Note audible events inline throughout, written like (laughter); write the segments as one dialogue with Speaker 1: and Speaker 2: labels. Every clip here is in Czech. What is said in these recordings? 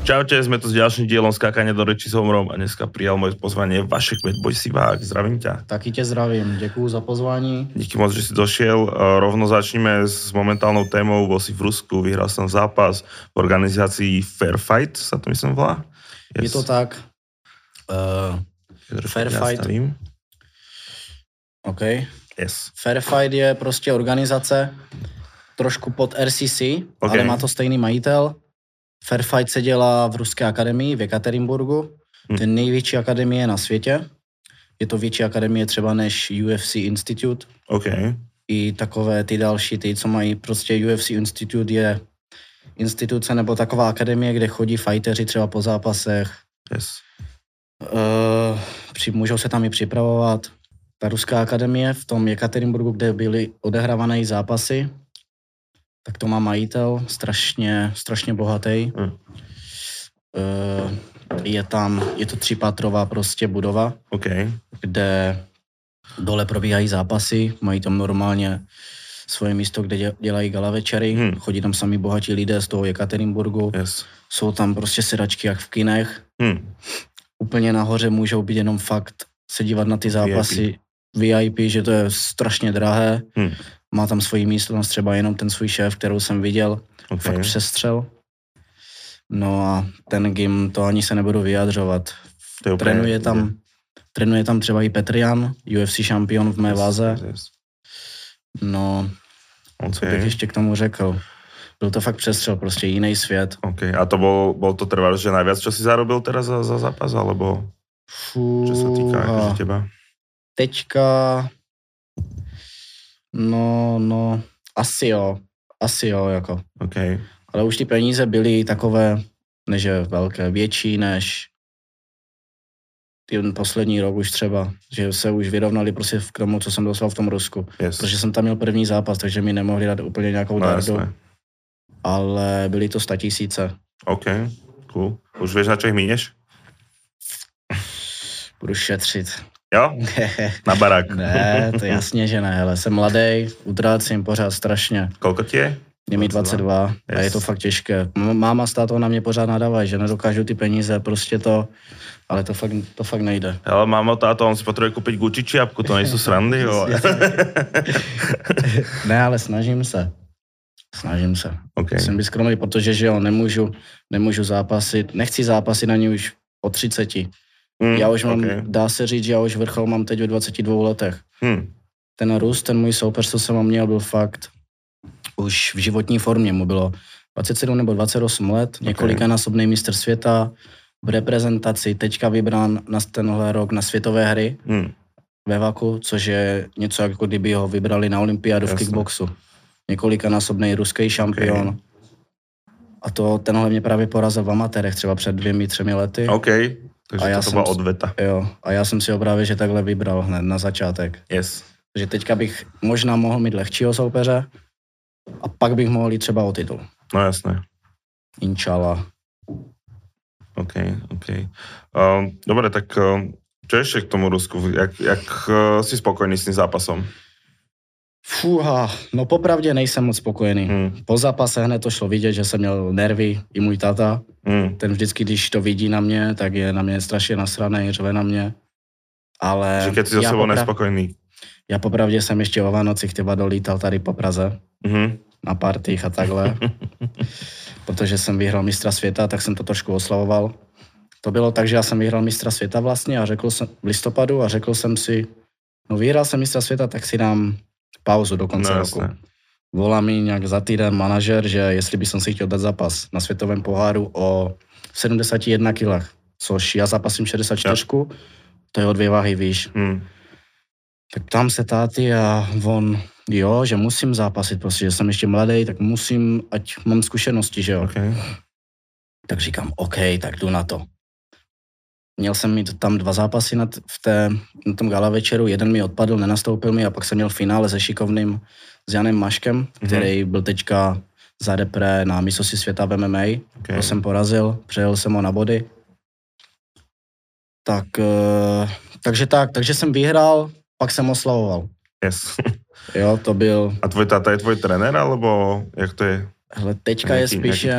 Speaker 1: Čaute, sme tu s ďalším dielom Skákania do reči s Homrom a dneska prijal moje pozvanie Vašek Medboj Sivák. Zdravím ťa.
Speaker 2: Taky tě zdravím, děkuju za pozvání.
Speaker 1: Díky moc, že si došiel. Eh, Rovno začneme s momentálnou témou. Bol si v Rusku, vyhral som zápas v organizácii Fair Fight, sa to myslím volá.
Speaker 2: Je to tak? Uh,
Speaker 1: trošku
Speaker 2: Fair Fight.
Speaker 1: zastavím.
Speaker 2: OK.
Speaker 1: Yes.
Speaker 2: Fair Fight je prostě organizace trošku pod RCC,
Speaker 1: OK.
Speaker 2: okay. ale má to stejný majitel. Fair Fight se dělá v Ruské akademii v Ekaterinburgu.
Speaker 1: Hm.
Speaker 2: To je největší akademie na světě. Je to větší akademie třeba než UFC Institute.
Speaker 1: OK.
Speaker 2: i takové ty další, ty, co mají prostě UFC Institute je instituce nebo taková akademie, kde chodí fighteři třeba po zápasech,
Speaker 1: Yes.
Speaker 2: uh, při, můžou se tam i připravovat. Ta ruská akademie v tom Jekaterinburgu, kde byly odehrávané zápasy, tak to má majitel, strašně, strašně bohatý.
Speaker 1: Hm.
Speaker 2: Uh, je tam, je to třipatrová prostě budova,
Speaker 1: OK.
Speaker 2: kde dole probíhají zápasy, mají tam normálně svoje místo, kde dě- dělají gala večery,
Speaker 1: Hmm.
Speaker 2: hmm. chodí tam sami bohatí lidé z toho Jekaterinburgu,
Speaker 1: Yes.
Speaker 2: jsou tam prostě sedačky jak v kinech,
Speaker 1: Hm.
Speaker 2: úplně nahoře můžou být jenom fakt se dívat na ty zápasy VIP, že to je strašně drahé,
Speaker 1: Hm.
Speaker 2: má tam svoji místnost, třeba jenom ten svůj šéf, kterou jsem viděl,
Speaker 1: OK.
Speaker 2: fakt přestřel. No a ten gym, to ani se nebudu vyjadřovat.
Speaker 1: To je úplně-
Speaker 2: Trénuje tam, trénuje tam třeba i Petr Jan, UFC šampion v mé
Speaker 1: Yes,
Speaker 2: váze.
Speaker 1: yes, yes.
Speaker 2: No, co bych
Speaker 1: OK.
Speaker 2: ještě k tomu řekl? Byl to fakt přestřel, prostě jiný svět.
Speaker 1: OK. A to bol, bol to trvalo, že najviac, čo si zarobil teraz za, za zápas, alebo čo sa týka akože
Speaker 2: Fú,
Speaker 1: teba?
Speaker 2: teďka... No, no, asi jo, asi jo, jako.
Speaker 1: OK.
Speaker 2: Ale už ty peníze byly takové, než je velké, větší než ten poslední rok už třeba, že se už vyrovnali prostě k tomu, co jsem dostal v tom Rusku.
Speaker 1: Yes.
Speaker 2: Protože jsem tam měl první zápas, takže mi nemohli dát úplně nějakou
Speaker 1: no,
Speaker 2: dardu,
Speaker 1: jasné.
Speaker 2: ale byly to statisíce.
Speaker 1: OK. Cool. Už vieš, na čo ich minieš?
Speaker 2: Budu šetřit. (laughs)
Speaker 1: Jo? Na barák.
Speaker 2: ne, to jasně, že ne, ale jsem mladý, utrácím pořád strašně.
Speaker 1: Koľko ti je?
Speaker 2: Je mi
Speaker 1: 22.
Speaker 2: 22 a je to
Speaker 1: Yes.
Speaker 2: fakt těžké. M- Máma s tátou na mě pořád nadávají, že nedokážu ty peníze, prostě to, ale to fakt, to fakt nejde.
Speaker 1: Hele, mámo, táto, on si potřebuje koupit Gucci čiapku, to nejsou srandy, (laughs) jo.
Speaker 2: Ne, ale snažím se. Snažím se.
Speaker 1: OK.
Speaker 2: (laughs) Jsem být skromný, protože že jo, nemůžu, nemůžu zápasit, nechci zápasit ani už po 30.
Speaker 1: Mm,
Speaker 2: Já už mám,
Speaker 1: OK.
Speaker 2: dá se říct, že já už vrchol mám teď ve 22 letech.
Speaker 1: Hm.
Speaker 2: Ten Rus, ten můj soupeř, co jsem ho měl, byl fakt už v životní formě. Mu bylo 27 nebo 28 let, několikanásobný mistr světa, v reprezentaci, teďka vybrán na tenhle rok na světové hry
Speaker 1: Hm.
Speaker 2: ve Vaku, což je něco, jako kdyby ho vybrali na olympiádu v
Speaker 1: Jasné.
Speaker 2: kickboxu. Několikanásobný ruský šampion. Okay. A to tenhle mě právě porazil v amatérech třeba před dvěmi, třemi lety.
Speaker 1: OK. Takže
Speaker 2: A já
Speaker 1: to
Speaker 2: jsem
Speaker 1: byla
Speaker 2: s-
Speaker 1: odveta.
Speaker 2: Jo, a já jsem si ho právě, že takhle vybral hned na začátek.
Speaker 1: Yes.
Speaker 2: Že teďka bych možná mohl mít lehčího soupeře a pak bych mohl jít třeba o titul.
Speaker 1: No jasné.
Speaker 2: Inšala.
Speaker 1: OK, OK. Um, dobre, tak um, čo ještě k tomu Rusku? Jak, jak uh, si spokojný s tím zápasom?
Speaker 2: Fúha, no popravdě nejsem moc spokojený. Hmm.
Speaker 1: Hm.
Speaker 2: Po zápase hned to šlo vidět, že jsem měl nervy, i můj tata.
Speaker 1: Hm.
Speaker 2: Ten vždycky, když to vidí na mě, tak je na mě strašně nasraný, řve na mě. Ale
Speaker 1: Že keď si so
Speaker 2: Eh, já,
Speaker 1: sebou
Speaker 2: popra-
Speaker 1: nespokojný.
Speaker 2: já popravdě jsem ještě o Vánocích těba dolítal tady po Praze.
Speaker 1: Mhm.
Speaker 2: na partích
Speaker 1: (laughs)
Speaker 2: a takhle. Protože jsem vyhrál mistra světa, tak jsem to trošku oslavoval. To bylo tak, že já jsem vyhrál mistra světa vlastně a řekl jsem v listopadu a řekl jsem si, no vyhrál jsem mistra světa, tak si dám pauzu do konce
Speaker 1: No
Speaker 2: roku.
Speaker 1: jasné.
Speaker 2: Volá mi nějak za týden manažer, že jestli bych si chtěl dát zápas na světovém poháru o 71 kilách, což já zápasím 64, to je o dvě váhy výš.
Speaker 1: Hm.
Speaker 2: Tak ptám se táty a on, jo, že musím zápasit, prostě, že jsem ještě mladý, tak musím, ať mám zkušenosti, že jo.
Speaker 1: OK.
Speaker 2: Tak říkám, OK, tak jdu na to. Měl jsem mít tam dva zápasy na, t- v té, na tom gala večeru, jeden mi odpadl, nenastoupil mi a pak jsem měl finále se šikovným, s Janem Maškem, který byl teďka za repre na mistrovství světa v MMA.
Speaker 1: okay.
Speaker 2: To jsem porazil, přejel jsem ho na body. Tak, eh, takže tak, takže jsem vyhrál, pak jsem oslavoval.
Speaker 1: Yes.
Speaker 2: Jo, to byl,
Speaker 1: A tvoj táta je tvoj trenér, alebo jak to je?
Speaker 2: Hele, teďka je spíše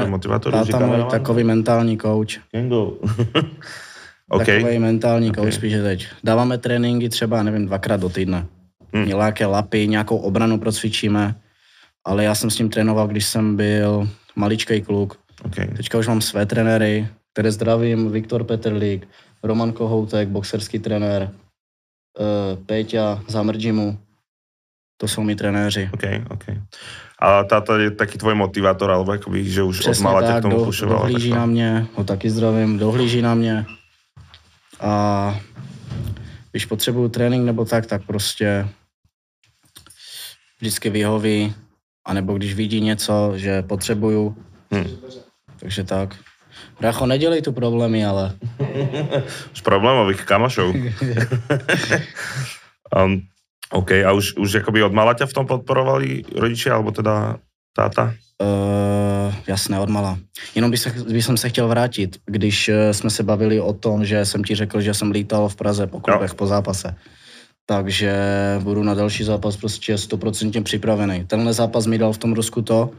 Speaker 2: táta můj takový mentální coach.
Speaker 1: Kengo. (laughs) OK.
Speaker 2: Takový mentální coach
Speaker 1: Ok.
Speaker 2: spíše teď. Dáváme tréninky třeba, nevím, dvakrát do týdne.
Speaker 1: Hmm.
Speaker 2: Hmm. Nějaké lapy, nějakou obranu procvičíme, ale já jsem s ním trénoval, když jsem byl maličkej kluk.
Speaker 1: OK.
Speaker 2: Teďka už mám své trenéry, které zdravím, Viktor Petrlík, Roman Kohoutek, boxerský trenér, eh, Péťa Zamrdžimu, to jsou mi trenéři.
Speaker 1: OK, OK. A táta je taký tvoj motivátor, alebo akoby, že už od
Speaker 2: Přesně
Speaker 1: mala ťa k
Speaker 2: tak,
Speaker 1: tomu
Speaker 2: do-
Speaker 1: pušoval.
Speaker 2: dohlíží na mě, ho taky zdravím, dohlíží na mě. A když potřebuju trénink nebo tak, tak prostě vždycky vyhoví, anebo když vidí něco, že potřebuju,
Speaker 1: Hm.
Speaker 2: takže tak. Racho, nedělej tu problémy, ale
Speaker 1: Z problémových
Speaker 2: (laughs)
Speaker 1: kamošov. um, OK, a už, už akoby od mala ťa v tom podporovali rodičia, alebo teda táta?
Speaker 2: Uh, jasné, odmala. Jenom bych, se, bych jsem se chtěl vrátit, když eh, jsme se bavili o tom, že jsem ti řekl, že jsem lítal v Praze po klubech, po zápase. Takže budu na další zápas prostě stoprocentně připravený. Tenhle zápas mi dal v tom Rusku to,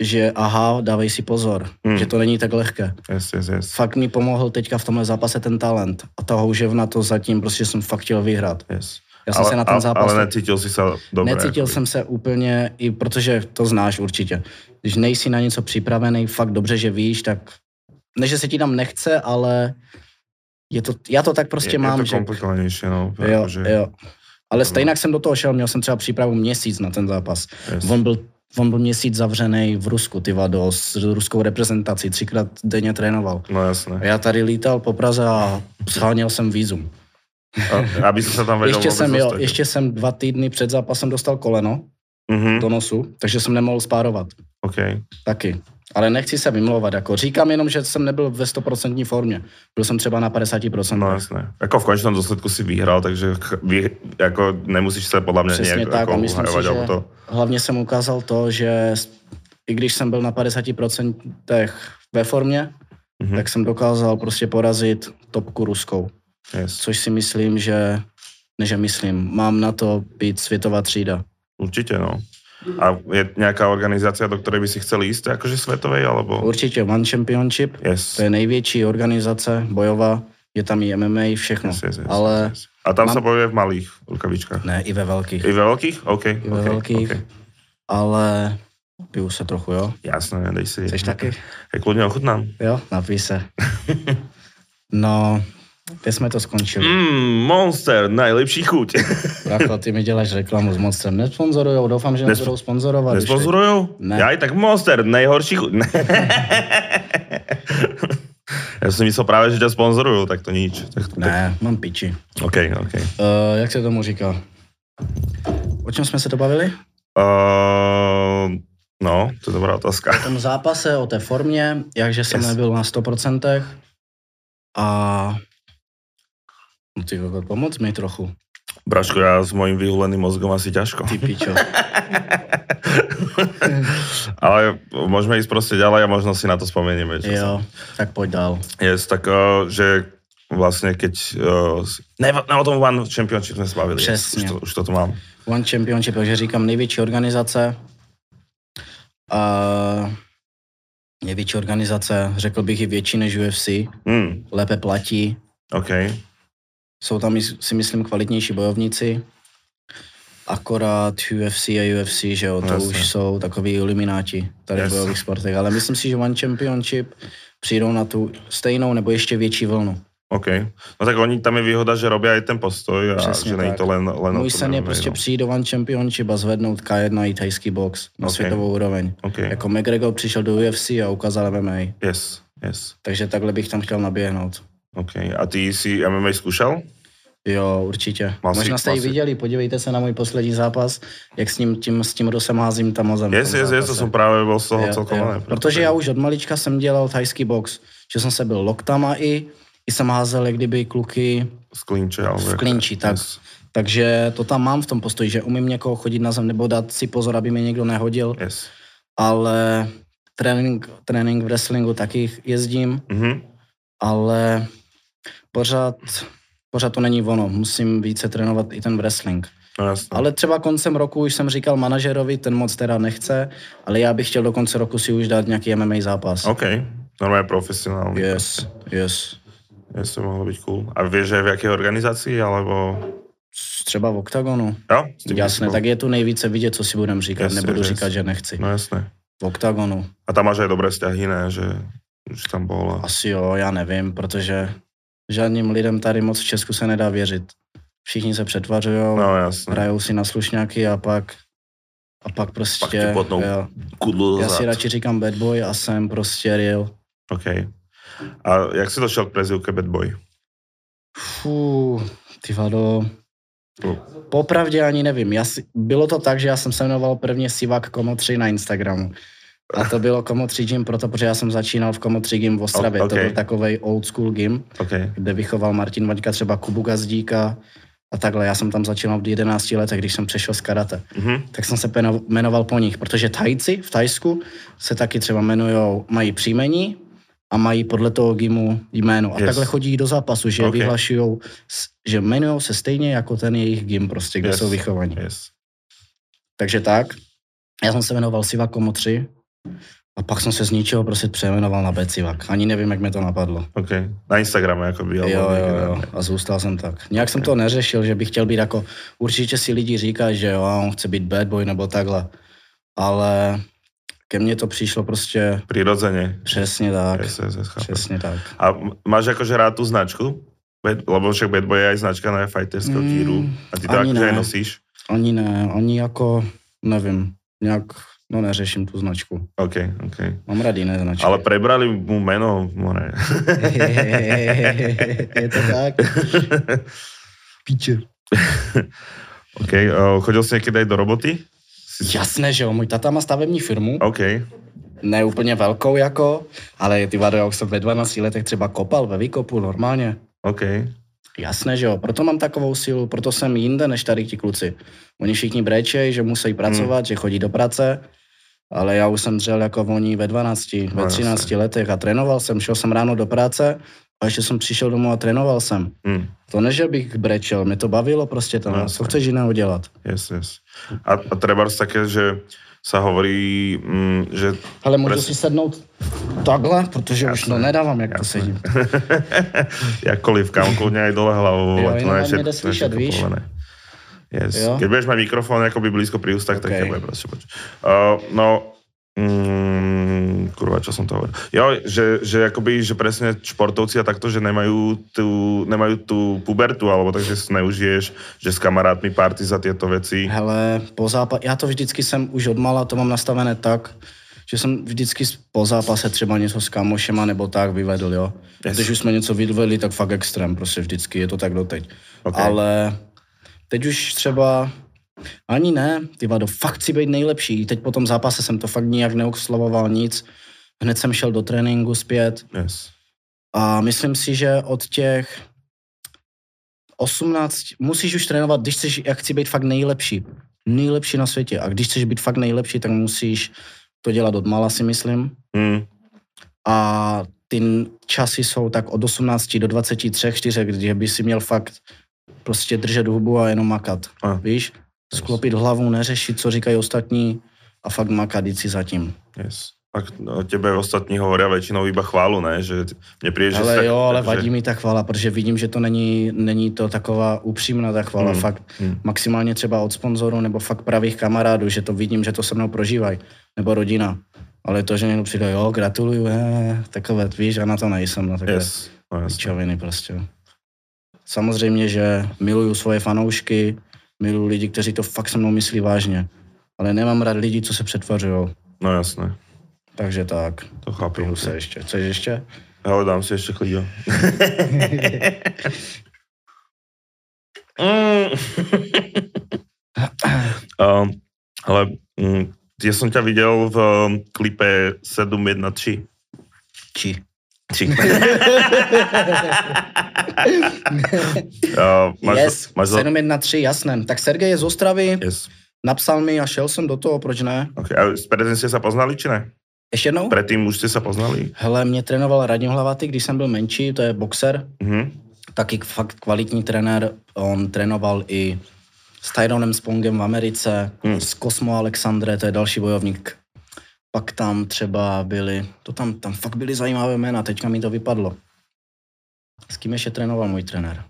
Speaker 2: že aha, dávej si pozor,
Speaker 1: Hmm.
Speaker 2: hmm. že to není tak lehké.
Speaker 1: Yes, yes, yes.
Speaker 2: Fakt mi pomohl teďka v tomhle zápase ten talent a ta houževna to zatím prostě jsem fakt chtěl vyhrát.
Speaker 1: yes.
Speaker 2: Já jsem
Speaker 1: ale,
Speaker 2: se na ten zápas...
Speaker 1: Ale necítil si sa dobre.
Speaker 2: Necítil
Speaker 1: akoby.
Speaker 2: jsem se úplně, i protože to znáš určitě. Když nejsi na něco připravený, fakt dobře, že víš, tak ne, že se ti tam nechce, ale je to, já to tak prostě
Speaker 1: je,
Speaker 2: mám,
Speaker 1: je to
Speaker 2: že...
Speaker 1: komplikovanější, no.
Speaker 2: Jo,
Speaker 1: akože-
Speaker 2: jo. Ale
Speaker 1: Ano.
Speaker 2: stejně jsem do toho šel, měl jsem třeba přípravu měsíc na ten zápas.
Speaker 1: Yes.
Speaker 2: On byl, on byl měsíc zavřený v Rusku, ty vado, s ruskou reprezentací, třikrát denně trénoval.
Speaker 1: No jasné.
Speaker 2: A já tady lítal po Praze a scháněl jsem vízum.
Speaker 1: A, aby si sa tam vedel
Speaker 2: Ještě
Speaker 1: vôbec
Speaker 2: jsem, jo,
Speaker 1: dostať.
Speaker 2: ještě jsem dva týdny před zápasem dostal koleno
Speaker 1: Mhm,
Speaker 2: do nosu, takže jsem nemohl spárovat.
Speaker 1: OK.
Speaker 2: Taky. Ale nechci se vymlouvat. Jako říkám jenom, že jsem nebyl ve 100% formě. Byl jsem třeba na 50%.
Speaker 1: No jasné. Jako v konečnom dôsledku si vyhral, takže ch- vy, jako nemusíš se podle mě
Speaker 2: Přesně
Speaker 1: nějak
Speaker 2: tak.
Speaker 1: jako
Speaker 2: a myslím si,
Speaker 1: uhajovat,
Speaker 2: že
Speaker 1: alebo to.
Speaker 2: hlavně jsem ukázal to, že s- i když jsem byl na 50% ve formě,
Speaker 1: Mhm.
Speaker 2: mm-hmm. tak jsem dokázal prostě porazit topku ruskou.
Speaker 1: Yes.
Speaker 2: Což si myslím, že ne, že myslím, mám na to být světová třída.
Speaker 1: Určitě, no. A je nějaká organizácia, do ktorej by si chcel ísť, akože svetovej, alebo...
Speaker 2: Určitě One Championship,
Speaker 1: Yes.
Speaker 2: to je největší organizace bojová, je tam i MMA, všechno.
Speaker 1: yes, yes, yes,
Speaker 2: ale
Speaker 1: yes. A tam
Speaker 2: mám-
Speaker 1: sa bojuje v malých rukavičkách.
Speaker 2: ne, i ve velkých.
Speaker 1: I ve velkých? OK.
Speaker 2: I ve
Speaker 1: OK,
Speaker 2: velkých.
Speaker 1: OK.
Speaker 2: ale piju se trochu, jo?
Speaker 1: Jasné, dej si.
Speaker 2: Chceš taky?
Speaker 1: Tak kludně ochutnám.
Speaker 2: Jo, napij se. (laughs) No, kde jsme to skončili?
Speaker 1: Mm, Monster, nejlepší chuť. (laughs)
Speaker 2: Bracho, ty mi děláš reklamu s Monstrem. Nesponzorujou, doufám, že
Speaker 1: Nes-
Speaker 2: nás budou sponzorovat. už teď.
Speaker 1: Nesponzorujou?
Speaker 2: Ne.
Speaker 1: Já i tak Monster, nejhorší chuť. (laughs) Ne. Já jsem myslel právě, že tě sponzorují, tak to nič. Tak to, Tak,
Speaker 2: Ne, mám piči.
Speaker 1: OK, OK. Ehm,
Speaker 2: Uh, jak se tomu říká? O čem jsme se to bavili?
Speaker 1: Uh, no, to je dobrá otázka.
Speaker 2: O tom zápase, o té formě, jakže jsem
Speaker 1: Yes.
Speaker 2: yes. nebyl na 100%. A... No ty kokot, pomoc mi trochu,
Speaker 1: Braško, já s mojím vyhuleným mozgom asi ťažko.
Speaker 2: ty pičo.
Speaker 1: Ale můžeme jít prostě ďalej a možno si na to vzpomeneme. čo sa-
Speaker 2: jo, tak pojď dál.
Speaker 1: Yes, tak, uh, že vlastně keď... Uh, ne, ne, o tom One Championship jsme se bavili. yes.
Speaker 2: Přesně.
Speaker 1: Už to, už to, tu mám.
Speaker 2: One Championship, takže říkám největší organizace. A největší organizace, řekl bych i větší než UFC,
Speaker 1: Mm,
Speaker 2: lépe platí,
Speaker 1: OK.
Speaker 2: jsou tam i- si myslím kvalitnější bojovníci, akorát UFC a UFC, že jo, to
Speaker 1: Jasně.
Speaker 2: už jsou takový ilumináti tady
Speaker 1: Jasně.
Speaker 2: v bojových sportech, ale myslím si, že One Championship přijdou na tu stejnou nebo ještě větší vlnu.
Speaker 1: OK. No tak oni, tam je výhoda, že robí i ten postoj a Přesně
Speaker 2: Přesně
Speaker 1: že není
Speaker 2: tak.
Speaker 1: to len, len
Speaker 2: Můj
Speaker 1: tom
Speaker 2: sen je
Speaker 1: MMA,
Speaker 2: prostě
Speaker 1: no.
Speaker 2: přijít do One Championship a zvednout K1 i thajský box na
Speaker 1: Ok.
Speaker 2: světovou úroveň.
Speaker 1: OK.
Speaker 2: Jako McGregor přišel do UFC a ukázal MMA,
Speaker 1: Yes, yes.
Speaker 2: takže takhle bych tam chtěl naběhnout.
Speaker 1: OK. A ty jsi MMA zkušel?
Speaker 2: Jo, určitě.
Speaker 1: Masík,
Speaker 2: Možná jste ji
Speaker 1: masík.
Speaker 2: viděli, podívejte se na můj poslední zápas, jak s ním tím, s tím Rusem házím tam ozem. v
Speaker 1: Yes,
Speaker 2: tom
Speaker 1: yes, yes, to
Speaker 2: zápase.
Speaker 1: jsem právě byl z toho
Speaker 2: Jo,
Speaker 1: celkom
Speaker 2: jo.
Speaker 1: ne,
Speaker 2: Protože já už od malička jsem dělal thajský box, že jsem se byl loktama i, i jsem házel jak kdyby kluky
Speaker 1: Z klinče, ale...
Speaker 2: v klinči, tak.
Speaker 1: Yes.
Speaker 2: Takže to tam mám v tom postoji, že umím někoho chodit na zem nebo dát si pozor, aby mě někdo nehodil,
Speaker 1: yes.
Speaker 2: ale trénink, trénink v wrestlingu taky jezdím,
Speaker 1: Mhm.
Speaker 2: ale pořád, pořád to není ono. Musím více trénovat i ten wrestling.
Speaker 1: No jasné.
Speaker 2: Ale třeba koncem roku už jsem říkal manažerovi, ten moc teda nechce, ale já bych chtěl do konce roku si už dát nějaký MMA zápas.
Speaker 1: OK, normálně profesionální.
Speaker 2: Yes, yes.
Speaker 1: Yes, to by mohlo být cool. A vieš, že v jaké organizaci, alebo...
Speaker 2: Třeba v OKTAGONu.
Speaker 1: Jo? s tým
Speaker 2: Jasné,
Speaker 1: myslím.
Speaker 2: tak je tu nejvíce vidět, co si budem říkat.
Speaker 1: no. Jasně,
Speaker 2: Jasně, Nebudu
Speaker 1: že
Speaker 2: říkat,
Speaker 1: jasně.
Speaker 2: že nechci.
Speaker 1: No jasné.
Speaker 2: V OKTAGONu.
Speaker 1: A tam máš aj dobré vzťahy, ne? Že už tam bol. A...
Speaker 2: Asi jo, já nevím, protože žádným lidem tady moc v Česku se nedá věřit. Všichni se přetvařují,
Speaker 1: No jasné.
Speaker 2: Hmm. hrajou si na slušňáky a pak a pak prostě...
Speaker 1: ti potnou
Speaker 2: jo.
Speaker 1: Kudlu do
Speaker 2: já si
Speaker 1: zad.
Speaker 2: radši říkám bad boy a jsem prostě real.
Speaker 1: OK. A jak si došel k prezivke Bad Boy?
Speaker 2: Fú, ty vado.
Speaker 1: No.
Speaker 2: Popravdě ani nevím. Já si, bylo to tak, že já jsem se jmenoval prvně Sivak Komo 3 na Instagramu. A to bylo Komo 3 Gym, proto, protože já jsem začínal v Komo 3 Gym v Ostravě.
Speaker 1: O-
Speaker 2: Okay. To
Speaker 1: okej.
Speaker 2: byl takovej old school gym,
Speaker 1: OK.
Speaker 2: kde vychoval Martin Vaňka třeba Kubu Gazdíka a takhle. Já jsem tam začínal v 11 letech, když jsem přešel z karate.
Speaker 1: Mhm.
Speaker 2: Tak jsem se peno- jmenoval po nich, protože Tajci v Tajsku se taky třeba jmenují, mají příjmení a mají podle toho gimu jméno. A
Speaker 1: Yes.
Speaker 2: yes. takhle chodí do zápasu, že
Speaker 1: Ok.
Speaker 2: okay. vyhlašují, že jmenují se stejně jako ten jejich gim prostě, kde
Speaker 1: Yes.
Speaker 2: yes. jsou vychovaní.
Speaker 1: Yes.
Speaker 2: Takže tak, já jsem se jmenoval Sivak Komo 3 a pak jsem se z ničeho prostě přejmenoval na Becivak. Ani nevím, jak mi to napadlo.
Speaker 1: OK. Na jako Instagrame akoby.
Speaker 2: Jo,
Speaker 1: alebo
Speaker 2: jo,
Speaker 1: niekde,
Speaker 2: jo,
Speaker 1: ne?
Speaker 2: a zůstal jsem tak. Nějak jsem to neřešil, že bych chtěl být jako, určitě si lidi říkají, že jo, on chce být bad boy nebo takhle, ale ke mně to přišlo prostě
Speaker 1: Prirodzene.
Speaker 2: přesně tak,
Speaker 1: Yes, yes, yes, chápem.
Speaker 2: přesně tak.
Speaker 1: A m- máš akože rád tú značku? Bad, lebo však Bad Boy je aj značka na fajterského
Speaker 2: Mm,
Speaker 1: kýru. A ty to
Speaker 2: ani
Speaker 1: akože
Speaker 2: ne.
Speaker 1: aj nosíš?
Speaker 2: Ani ne, ani jako, nevím, nějak, no neřeším tu značku.
Speaker 1: OK, OK.
Speaker 2: Mám rád jiné značky.
Speaker 1: Ale prebrali mu meno, more.
Speaker 2: (laughs) Je to (laughs) tak? Píče.
Speaker 1: OK, uh, chodil si niekedy aj do roboty? Si...
Speaker 2: Jasné, že jo, můj tata má stavební firmu.
Speaker 1: OK,
Speaker 2: Ne úplně velkou jako, ale ty vado, já už jsem ve 12 letech třeba kopal ve výkopu normálně.
Speaker 1: OK.
Speaker 2: Jasné, že jo, proto mám takovou sílu, proto jsem jinde než tady ti kluci. Oni všichni brečej, že musí pracovat, hmm. že chodí do práce, ale já už jsem dřel jako oni ve 12,
Speaker 1: No,
Speaker 2: ve 13 letech a trénoval jsem, šel jsem ráno do práce a ještě jsem přišel domů a trénoval jsem.
Speaker 1: Hm,
Speaker 2: To ne, že bych brečel, mě to bavilo prostě tam,
Speaker 1: No,
Speaker 2: no,
Speaker 1: jasné.
Speaker 2: co chceš jiného dělat.
Speaker 1: yes, yes. A, a treba také, že sa hovorí, mm, že
Speaker 2: Ale můžu
Speaker 1: Pres-
Speaker 2: si sednout takhle, protože už
Speaker 1: Jasné,
Speaker 2: to nedávám, jak to
Speaker 1: jasné.
Speaker 2: sedím.
Speaker 1: jakkoliv kam kľudne aj dole hlavou.
Speaker 2: Jo,
Speaker 1: a
Speaker 2: inak
Speaker 1: je
Speaker 2: ma
Speaker 1: všetko-
Speaker 2: nejde
Speaker 1: to je
Speaker 2: slyšet,
Speaker 1: všetko
Speaker 2: víš?
Speaker 1: povolené. Yes.
Speaker 2: Jo.
Speaker 1: Keď budeš mať mikrofón akoby blízko pri ústach, tak
Speaker 2: OK.
Speaker 1: ťa bude proste počuť. Uh, no, mm, kurva, čo som to hovoril. Jo, že, že akoby, že presne športovci a takto, že nemajú tú, nemajú tú pubertu, alebo takže si neužiješ, že s kamarátmi party za tieto veci.
Speaker 2: Hele, po zápa- já to vždycky jsem už odmala, to mám nastavené tak, že jsem vždycky s- po zápase třeba něco s kamošema nebo tak vyvedl, jo.
Speaker 1: Yes.
Speaker 2: Yes. Když už jsme něco vyvedli, tak fakt extrém, prostě vždycky, je to tak doteď.
Speaker 1: Okay.
Speaker 2: Okay. Ale teď už třeba ani ne, ty vado, fakt chci být nejlepší. Teď po tom zápase jsem to fakt nijak neoslovoval nic. Hned jsem šel do tréninku zpět
Speaker 1: Yes.
Speaker 2: a myslím si, že od těch 18 musíš už trénovat, když chceš, jak chci být fakt nejlepší. Nejlepší na světě. A když chceš být fakt nejlepší, tak musíš to dělat od mala, si myslím.
Speaker 1: Mm,
Speaker 2: A ty n- časy jsou tak od 18 do 23, 4, kdy by si měl fakt prostě držet hubu a jenom makat.
Speaker 1: A.
Speaker 2: Víš? Sklopit hlavu, neřešit, co říkají ostatní a fakt makat jít si zatím.
Speaker 1: yes. Tak no, tebe ostatní hovoria väčšinou iba chválu, ne? Že t- mne príde, že... si
Speaker 2: Ale
Speaker 1: tak-
Speaker 2: jo, ale
Speaker 1: že-
Speaker 2: vadí mi ta chvala, protože vidím, že to není, není to taková upřímná ta chvala,
Speaker 1: Mm,
Speaker 2: mm. fakt
Speaker 1: mm.
Speaker 2: mm. maximálně třeba od sponzorů nebo fakt pravých kamarádů, že to vidím, že to se mnou prožívají, nebo rodina. Ale to, že někdo přijde, jo, gratuluju, eh, takové, víš, já na to nejsem, na takové yes.
Speaker 1: Yes. No, jasné.
Speaker 2: čoviny prostě. Samozřejmě, že miluju svoje fanoušky, miluju lidi, kteří to fakt se mnou myslí vážně, ale nemám rád lidi, co se přetvařují.
Speaker 1: no jasné,
Speaker 2: Takže tak,
Speaker 1: to chápem.
Speaker 2: piju se ještě. Chceš ještě?
Speaker 1: Hele, dám si ještě
Speaker 2: (laughs)
Speaker 1: klíďo. Mm. (laughs) um, ale mm, ja som ťa videl v um, klipe 713.
Speaker 2: Či. (laughs)
Speaker 1: Či. uh, máš,
Speaker 2: yes,
Speaker 1: máš
Speaker 2: 713, jasné. Tak Sergej je z Ostravy,
Speaker 1: Yes.
Speaker 2: napsal mi a šel jsem do toho, proč ne?
Speaker 1: Okay. A predtým ste sa poznali, či ne?
Speaker 2: Ještě jednou?
Speaker 1: Predtím už ste sa poznali?
Speaker 2: Hele, mě trénoval Radim Hlavaty, když jsem byl menší, to je boxer,
Speaker 1: Mhm.
Speaker 2: taky fakt kvalitní trenér. On trénoval i s Tyronem Spongem v Americe,
Speaker 1: Hmm.
Speaker 2: hmm. s Cosmo Alexandre, to je další bojovník. Pak tam třeba byli, to tam, tam fakt byly zajímavé jména, teďka mi to vypadlo. S kým ještě trénoval můj trenér?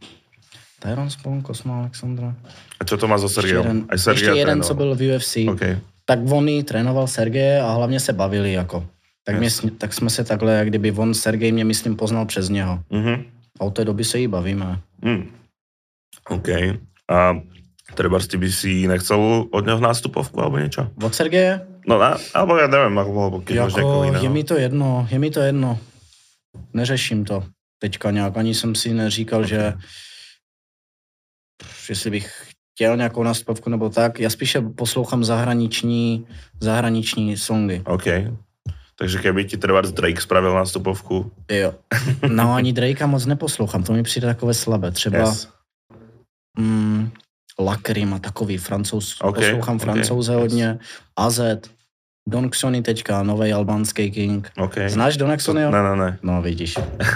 Speaker 2: Tyron Spong, Cosmo Alexandre.
Speaker 1: A co to má za
Speaker 2: Ještě
Speaker 1: Sergio?
Speaker 2: jeden,
Speaker 1: A
Speaker 2: ještě
Speaker 1: Sergio
Speaker 2: jeden co byl v UFC.
Speaker 1: OK.
Speaker 2: tak on ji trénoval Sergeje a hlavně se bavili jako. Tak, mě, s- tak jsme se takhle, jak kdyby on, Sergej mě myslím poznal přes něho.
Speaker 1: Mhm.
Speaker 2: A od té doby se jí bavíme.
Speaker 1: Mm. OK. A třeba ty by si nechcel od něho nástupovku alebo něco?
Speaker 2: Od Sergeje?
Speaker 1: No, a, alebo já nevím, jako bylo pokud jako,
Speaker 2: Jako,
Speaker 1: jiného.
Speaker 2: je mi to jedno, je mi to jedno. Neřeším to teďka nějak. Ani jsem si neříkal, okay. že pff, jestli bych chtěl nějakou nástupovku nebo tak. Já spíše poslouchám zahraniční, zahraniční songy.
Speaker 1: OK. Takže keby ti třeba Drake spravil nástupovku,
Speaker 2: Jo.
Speaker 1: (laughs)
Speaker 2: No ani Drakea moc neposlouchám, to mi přijde takové slabé. Třeba
Speaker 1: yes.
Speaker 2: mm, Lakrim a takový francouz,
Speaker 1: Ok,
Speaker 2: okay, poslouchám
Speaker 1: ok,
Speaker 2: okay, francouze
Speaker 1: yes.
Speaker 2: hodně, AZ, Don Xony teďka, nový albánský king.
Speaker 1: OK.
Speaker 2: Znáš Don
Speaker 1: To-
Speaker 2: Xonyho?
Speaker 1: Ne, ne, ne.
Speaker 2: No vidíš,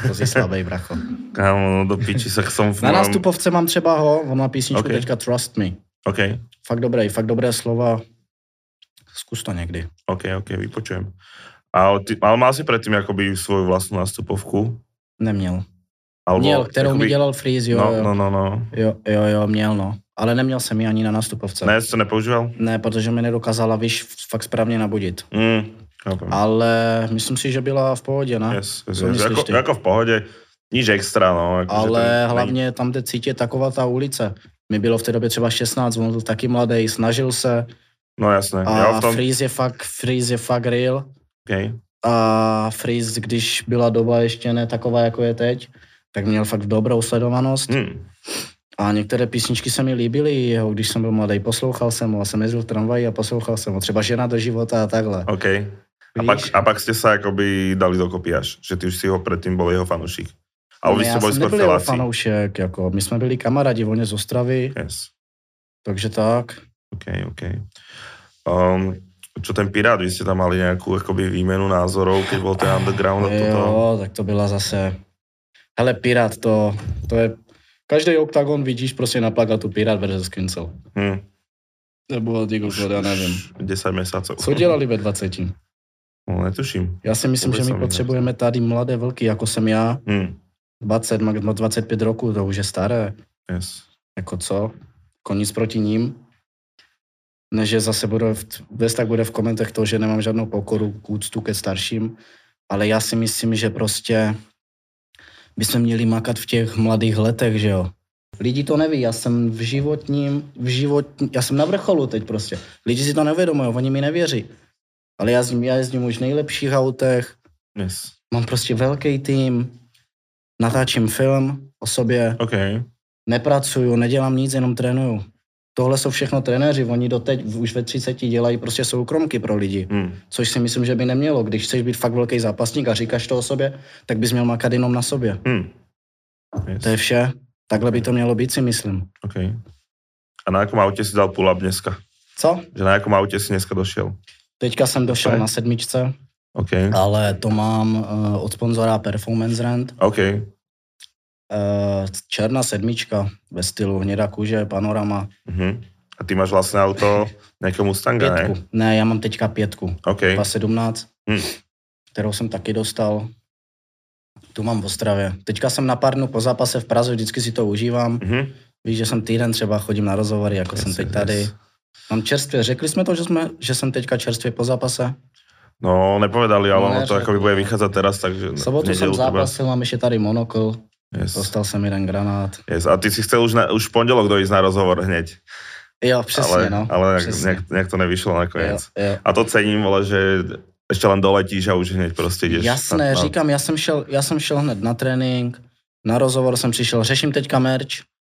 Speaker 2: to jsi slabý bracho.
Speaker 1: Kámo, no do piči se jsem...
Speaker 2: Na nástupovce mám třeba ho, on má písničku
Speaker 1: Ok.
Speaker 2: okay. teďka Trust Me.
Speaker 1: OK,
Speaker 2: Fakt dobrý, fakt dobré slova. Zkus to někdy.
Speaker 1: OK, OK, vypočujem. Ale, ty, ale mal si predtým jakoby svoju vlastnú nástupovku?
Speaker 2: Neměl.
Speaker 1: Alebo,
Speaker 2: Měl, kterou mi dělal Freeze, jo,
Speaker 1: no,
Speaker 2: jo.
Speaker 1: no, no, no.
Speaker 2: jo, jo, jo, měl no. Ale neměl jsem ji ani na nástupovce.
Speaker 1: Ne, jsi to nepoužíval?
Speaker 2: ne protože mi nedokázala, víš, fakt správně nabudit.
Speaker 1: Mm, chápem.
Speaker 2: Ale myslím si, že byla v pohodě, ne?
Speaker 1: Yes, yes,
Speaker 2: Co
Speaker 1: yes.
Speaker 2: myslíš
Speaker 1: Jako,
Speaker 2: ty?
Speaker 1: jako, v pohodě. Nič extra, no. Jako, že to
Speaker 2: Ale
Speaker 1: není-
Speaker 2: hlavně tam jde cítit taková ta ulice. Mi bylo v té době třeba 16, on byl taky mladý, snažil se
Speaker 1: No jasné.
Speaker 2: a
Speaker 1: Já v tom...
Speaker 2: Freeze je fakt, Freeze je fakt real.
Speaker 1: Okay.
Speaker 2: A Freeze, když byla doba ještě ne taková, jako je teď, tak měl fakt dobrou sledovanost.
Speaker 1: Hmm.
Speaker 2: A některé písničky se mi líbily, jeho, když jsem byl mladý, poslouchal jsem ho, jsem jezdil v tramvaji a poslouchal jsem ho, třeba Žena do života a takhle.
Speaker 1: OK. A
Speaker 2: Víš?
Speaker 1: pak, a pak ste sa akoby dali dokopy až, že ty už si ho predtým bol jeho fanúšik. Ale vy
Speaker 2: Ne,
Speaker 1: ste
Speaker 2: já
Speaker 1: boli
Speaker 2: jsem
Speaker 1: skôr
Speaker 2: nebyl jeho
Speaker 1: feláci.
Speaker 2: fanoušek, jako, my jsme byli kamarádi, on je z Ostravy,
Speaker 1: Yes.
Speaker 2: takže tak.
Speaker 1: OK, OK. Um, čo ten Pirát, vy ste tam mali nejakú akoby výmenu názorov, keď bol ten underground a toto.
Speaker 2: Ah, Jo, tak to byla zase... Hele, Pirát, to, to je... Každý oktagon vidíš prostě na plakátu Pirát versus Kincel.
Speaker 1: Hm.
Speaker 2: Nebo ty kokot, já nevím.
Speaker 1: 10 mesiacov.
Speaker 2: Co dělali ve 20?
Speaker 1: No, netuším.
Speaker 2: Já si myslím, že
Speaker 1: Vůbec
Speaker 2: my
Speaker 1: nevím.
Speaker 2: potřebujeme tady mladé vlky, jako jsem já,
Speaker 1: Hm.
Speaker 2: 20, mak- no 25 roku, to už je staré.
Speaker 1: Yes.
Speaker 2: Jako co? Jako nic proti ním. Než je zase bude, v, vůbec tak bude v komentech to, že nemám žádnou pokoru k úctu ke starším, ale já si myslím, že prostě bychom měli makat v těch mladých letech, že jo. Lidi to neví, já jsem v životním, v životní, já jsem na vrcholu teď prostě. Lidi si to neuvědomují, oni mi nevěří. Ale já jezdím, já jezdím už v nejlepších autech,
Speaker 1: Yes.
Speaker 2: mám prostě velký tým, natáčím film o sobě,
Speaker 1: OK.
Speaker 2: nepracuju, nedělám nic, jenom trénuju. Tohle jsou všechno trenéři, oni doteď v- už ve 30 dělají prostě soukromky pro lidi,
Speaker 1: Hm.
Speaker 2: což si myslím, že by nemělo. Když chceš být fakt velký zápasník a říkáš to o sobě, tak bys měl makat jenom na sobě.
Speaker 1: Hm. Yes.
Speaker 2: To je vše. Takhle by to mělo být, si myslím.
Speaker 1: OK. A na jakom autě si dal pull up dneska?
Speaker 2: Co?
Speaker 1: Že na jakom autě si dneska došel?
Speaker 2: Teďka jsem došel
Speaker 1: Super.
Speaker 2: na sedmičce,
Speaker 1: OK.
Speaker 2: ale to mám uh, od sponzora Performance Rent.
Speaker 1: OK.
Speaker 2: Uh, černá sedmička ve stylu hnědá kůže, panorama,
Speaker 1: Mhm. A ty máš vlastně auto nějakého Mustanga, ne?
Speaker 2: pětku. Ne, já mám teďka pětku.
Speaker 1: OK.
Speaker 2: 2017,
Speaker 1: Hmm.
Speaker 2: hmm. kterou jsem taky dostal. Tu mám v Ostravě. Teďka jsem na pár dnů po zápase v Praze, vždycky si to užívám.
Speaker 1: Mhm.
Speaker 2: Víš, že jsem týden třeba chodím na rozhovory, jako
Speaker 1: Yes,
Speaker 2: jsem teď
Speaker 1: yes,
Speaker 2: tady.
Speaker 1: yes.
Speaker 2: Mám čerstvě, řekli jsme to, že, jsme, že jsem teďka čerstvě po zápase.
Speaker 1: No, nepovedali, ale
Speaker 2: No,
Speaker 1: ono
Speaker 2: ne,
Speaker 1: to
Speaker 2: že-
Speaker 1: jakoby bude vycházet teraz, takže...
Speaker 2: V
Speaker 1: v
Speaker 2: sobotu
Speaker 1: neděli
Speaker 2: jsem
Speaker 1: to bude-
Speaker 2: zápasil, mám ještě tady monokl,
Speaker 1: Yes.
Speaker 2: dostal jsem jeden granát.
Speaker 1: Yes. A ty si chcel už, na, už v pondělok dojít na rozhovor hneď.
Speaker 2: Jo, přesně,
Speaker 1: ale,
Speaker 2: no.
Speaker 1: ale jak,
Speaker 2: přesně.
Speaker 1: nějak, nějak, to nevyšlo
Speaker 2: jo,
Speaker 1: nakonec.
Speaker 2: jo.
Speaker 1: A to cením, vole, že ještě len doletíš a už hned prostě jdeš.
Speaker 2: Jasné,
Speaker 1: na, na,
Speaker 2: říkám, já jsem, šel, já jsem šel hned na trénink, na rozhovor jsem přišel, řeším teďka merch,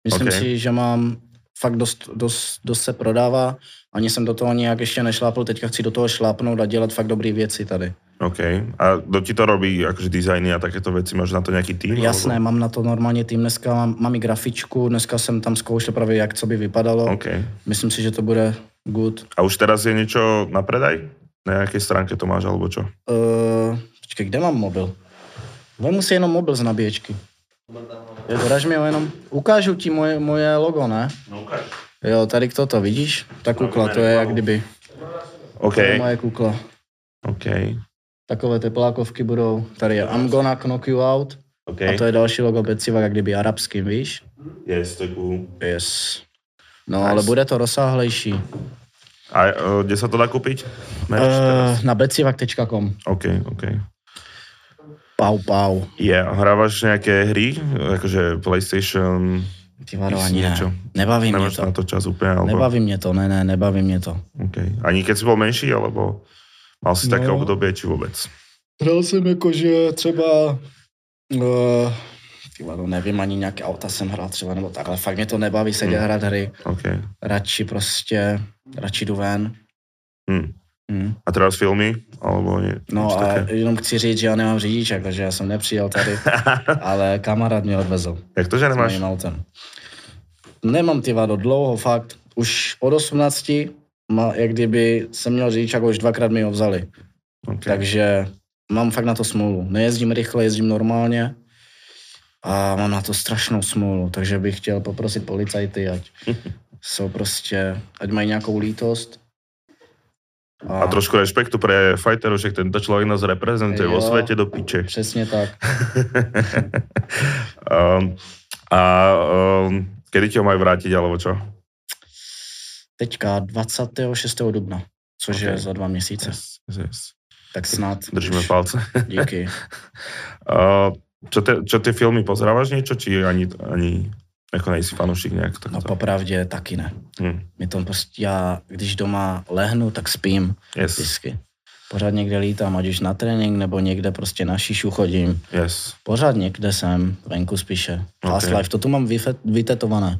Speaker 2: myslím
Speaker 1: Ok.
Speaker 2: okay. si, že mám fakt dost, dost, dost se prodává, ani jsem do toho nějak ještě nešlápl, teďka chci do toho šlápnout a dělat fakt dobré věci tady.
Speaker 1: OK. A kdo ti to robí, jakože designy a takéto věci? Máš na to nějaký tým? alebo-
Speaker 2: Jasné, mám na to normálně tým, dneska mám, mám i grafičku, dneska jsem tam zkoušel právě jak co by vypadalo, okay.
Speaker 1: OK.
Speaker 2: myslím si, že to bude good.
Speaker 1: A už teraz je něco na predaj? Na nějaké stránke to máš, alebo čo?
Speaker 2: Uh, počkej, kde mám mobil? Vemu si jenom mobil z nabíječky. Doraž mi ho jenom. Ukážu ti moje, moje logo, ne?
Speaker 1: No, ukáž.
Speaker 2: Jo, tady k toto, vidíš? Ta kukla, to je jak kdyby.
Speaker 1: OK,
Speaker 2: To je moje kukla.
Speaker 1: OK,
Speaker 2: Takové teplákovky budou. Tady je I'm gonna knock you out.
Speaker 1: OK.
Speaker 2: A to je další logo Beciva, jak kdyby arabským, víš?
Speaker 1: Yes, to je cool.
Speaker 2: Yes. No, ale bude to rozsáhlejší.
Speaker 1: A eh, kde se to dá koupit? Ne,
Speaker 2: Uh, na becivak.com.
Speaker 1: OK, OK.
Speaker 2: Pau, pau.
Speaker 1: Je, yeah. hráváš nějaké hry? Jakože PlayStation?
Speaker 2: Ty vado,
Speaker 1: Jsi
Speaker 2: ani
Speaker 1: niečo.
Speaker 2: ne. Nebaví mě
Speaker 1: Nemáš
Speaker 2: to.
Speaker 1: na to čas úplně? Alebo...
Speaker 2: Nebaví mě to, ne, ne, nebaví mě to.
Speaker 1: Okay. Ani keď si byl menší, alebo mal si no. také
Speaker 2: No.
Speaker 1: období, či vůbec?
Speaker 2: Hrál jsem jako, že třeba... Uh, ty vado, nevím, ani nějaké auta jsem hrál třeba, nebo tak, ale fakt mě to nebaví sedět
Speaker 1: Hmm.
Speaker 2: hmm. hrát hry.
Speaker 1: OK.
Speaker 2: Radši prostě, radši jdu ven.
Speaker 1: Hm.
Speaker 2: Hmm.
Speaker 1: A teraz filmy? Alebo nie,
Speaker 2: No
Speaker 1: nič
Speaker 2: a
Speaker 1: také?
Speaker 2: jenom chci říct, že já nemám řidičák, takže já jsem nepřijel tady, ale kamarád mě odvezl
Speaker 1: Jak to, že
Speaker 2: Máš.
Speaker 1: nemáš?
Speaker 2: s mým autem. Nemám ty vado dlouho, fakt. Už od 18, ma, jak kdyby jsem měl řidičák, už dvakrát mi ho vzali.
Speaker 1: Okay.
Speaker 2: Takže mám fakt na to smůlu. Nejezdím rychle, jezdím normálně a mám na to strašnou smůlu, takže bych chtěl poprosit
Speaker 1: (laughs)
Speaker 2: policajty, ať jsou prostě, ať mají nějakou lítost.
Speaker 1: A trošku respektu pre fighterov, že tento člověk nás reprezentuje vo
Speaker 2: Jo.
Speaker 1: světě do piče.
Speaker 2: Přesně tak.
Speaker 1: (laughs) um, a um, kedy ti ho mají vrátit, alebo čo?
Speaker 2: Teďka 26. dubna, což
Speaker 1: Ok.
Speaker 2: je za dva měsíce.
Speaker 1: yes, yes.
Speaker 2: Tak snad.
Speaker 1: Držíme
Speaker 2: už.
Speaker 1: palce. (laughs)
Speaker 2: Díky.
Speaker 1: Uh, čo, te, čo ty filmy pozráváš niečo, či ani, ani jako nejsi fanoušik nějak
Speaker 2: No
Speaker 1: takto?
Speaker 2: popravdě taky ne.
Speaker 1: Hm.
Speaker 2: My to prostě, já když doma lehnu, tak spím
Speaker 1: Yes,
Speaker 2: vždycky. Pořád někde lítám, ať už na trénink, nebo někde prostě na šišu chodím.
Speaker 1: yes.
Speaker 2: Pořád někde jsem, venku spíše. Fast
Speaker 1: Ok.
Speaker 2: Life, to tu mám vyfe- vytetované.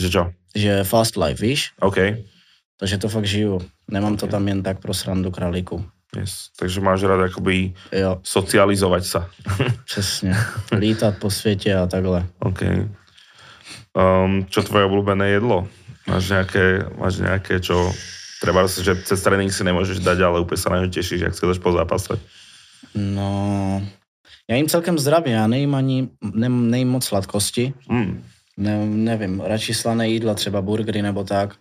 Speaker 1: Že čo?
Speaker 2: Že Fast Life, víš?
Speaker 1: OK,
Speaker 2: Takže to fakt žiju. Nemám to
Speaker 1: Ok.
Speaker 2: tam jen tak pro srandu králíku.
Speaker 1: yes. Takže máš rád jakoby
Speaker 2: Jo,
Speaker 1: socializovať sa. (laughs)
Speaker 2: přesně. Lítat po světě a takhle.
Speaker 1: OK. Um, čo tvoje obľúbené jedlo? Máš nejaké, máš nejaké čo... Treba, že cez tréning si nemôžeš dať, ale úplne sa na ňu tešíš, jak chceš po zápase.
Speaker 2: No, já jim celkem zdravě, já nejím ani, ne, nejím moc sladkosti.
Speaker 1: Mm.
Speaker 2: Ne, nevím, radši slané jídla, třeba burgery nebo tak.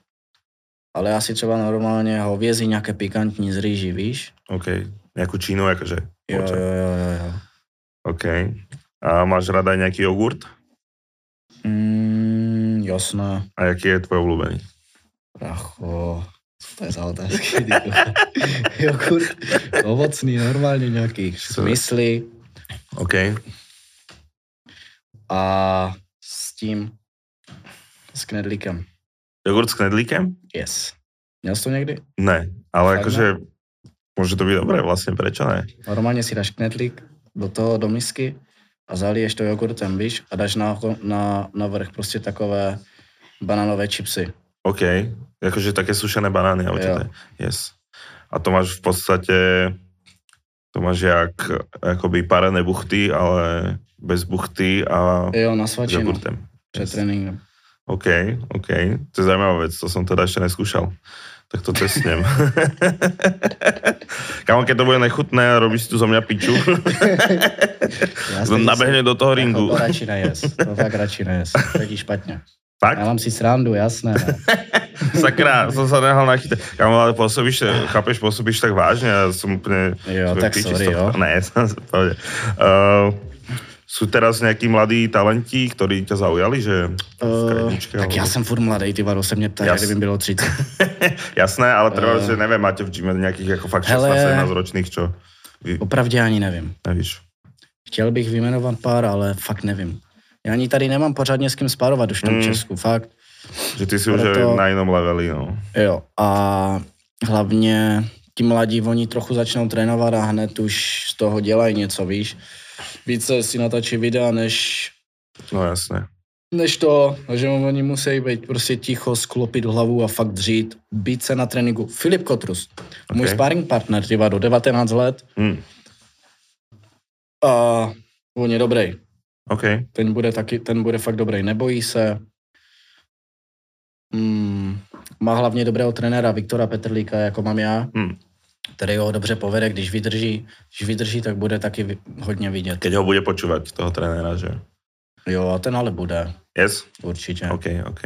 Speaker 2: Ale já si třeba normálně hovězí nějaké pikantní z rýží, víš?
Speaker 1: OK. Nejakú čínu, akože.
Speaker 2: Jo, jo,
Speaker 1: Určite.
Speaker 2: jo, jo. jo.
Speaker 1: OK. A máš rada aj nejaký jogurt?
Speaker 2: Mm, jasné.
Speaker 1: A jaký je tvoj obľúbený?
Speaker 2: Pracho, co to je za otázky? ty vole? (laughs) Jogurt, ovocný, normálně nějaký. Smysly
Speaker 1: OK.
Speaker 2: a s tím, s knedlíkem.
Speaker 1: Jogurt s knedlíkem?
Speaker 2: Yes. Měl jsi to někdy?
Speaker 1: Ne, ale
Speaker 2: Fakt
Speaker 1: akože... Môže to byť dobré vlastne, prečo ne?
Speaker 2: Normálně si dáš knedlík do toho, do misky a zaliješ to jogurtem, víš, a dáš na, na, na vrch prostě takové bananové čipsy.
Speaker 1: OK. Jakože také sušené banány, ale to
Speaker 2: Jo.
Speaker 1: je. Yes. A to máš v podstatě, to máš jak, jakoby parené buchty, ale bez buchty a
Speaker 2: Jo, na
Speaker 1: s
Speaker 2: svačinu,
Speaker 1: jogurtem.
Speaker 2: před tréninkem.
Speaker 1: OK, OK. To je zajímavá věc, to jsem teda ještě neskúšal. Tak to testnem.
Speaker 2: (laughs)
Speaker 1: Kámo, keď to bude nechutné a robíš si tu za mě piču, (laughs) No,
Speaker 2: Já stejně
Speaker 1: nabehne do toho
Speaker 2: si- jako
Speaker 1: ringu.
Speaker 2: To radši nejes, to fakt radši nejes, to je ti špatně.
Speaker 1: Tak?
Speaker 2: Já mám si srandu, jasné. no.
Speaker 1: Sakra, jsem se nehal nachytat. Kámo, ale působíš, chápeš, působíš tak vážně, já jsem úplně...
Speaker 2: Jo,
Speaker 1: Sme
Speaker 2: tak
Speaker 1: piči
Speaker 2: sorry,
Speaker 1: z toho.
Speaker 2: jo.
Speaker 1: Ne, (laughs) jsem se povedal. Uh, jsou teraz nějaký mladí talenti, kteří tě zaujali, že v krajničke,
Speaker 2: Uh, tak já
Speaker 1: alebo-
Speaker 2: jsem furt mladý, ty vado, se mě ptá,
Speaker 1: Jas-
Speaker 2: jak kdyby bylo 30.
Speaker 1: Jasné, ale třeba,
Speaker 2: Eh.
Speaker 1: že nevím, máte v gyme nějakých jako fakt
Speaker 2: Hele.
Speaker 1: 16-17 ročných, čo? Vy,
Speaker 2: Opravdě ani nevím.
Speaker 1: nevíš.
Speaker 2: Chtěl bych vyjmenovat pár, ale fakt nevím. Já ani tady nemám pořádně s kým spárovat už v tom
Speaker 1: Mm.
Speaker 2: mm. Česku, fakt.
Speaker 1: Že ty si už
Speaker 2: Proto-
Speaker 1: je na jinom leveli, no.
Speaker 2: Jo, a hlavně ti mladí, oni trochu začnou trénovat a hned už z toho dělají něco, víš. Více si natačí videa, než,
Speaker 1: No jasné.
Speaker 2: než to, že oni musí být prostě ticho, sklopit hlavu a fakt dřít, být se na tréninku. Filip Kotrus, okay. můj
Speaker 1: Ok.
Speaker 2: sparring partner, ty vado, 19 let,
Speaker 1: Hm,
Speaker 2: A on je dobrý.
Speaker 1: OK,
Speaker 2: Ten bude, taky, ten bude fakt dobrý. Nebojí se. Mm, má hlavně dobrého trenéra Viktora Petrlíka, jako mám já,
Speaker 1: hm.
Speaker 2: který ho dobře povede, když vydrží. Když vydrží, tak bude taky vy- hodně vidět.
Speaker 1: Keď ho bude počúvať, toho trenéra, že?
Speaker 2: Jo, a ten ale bude,
Speaker 1: Yes?
Speaker 2: určitě.
Speaker 1: OK, OK.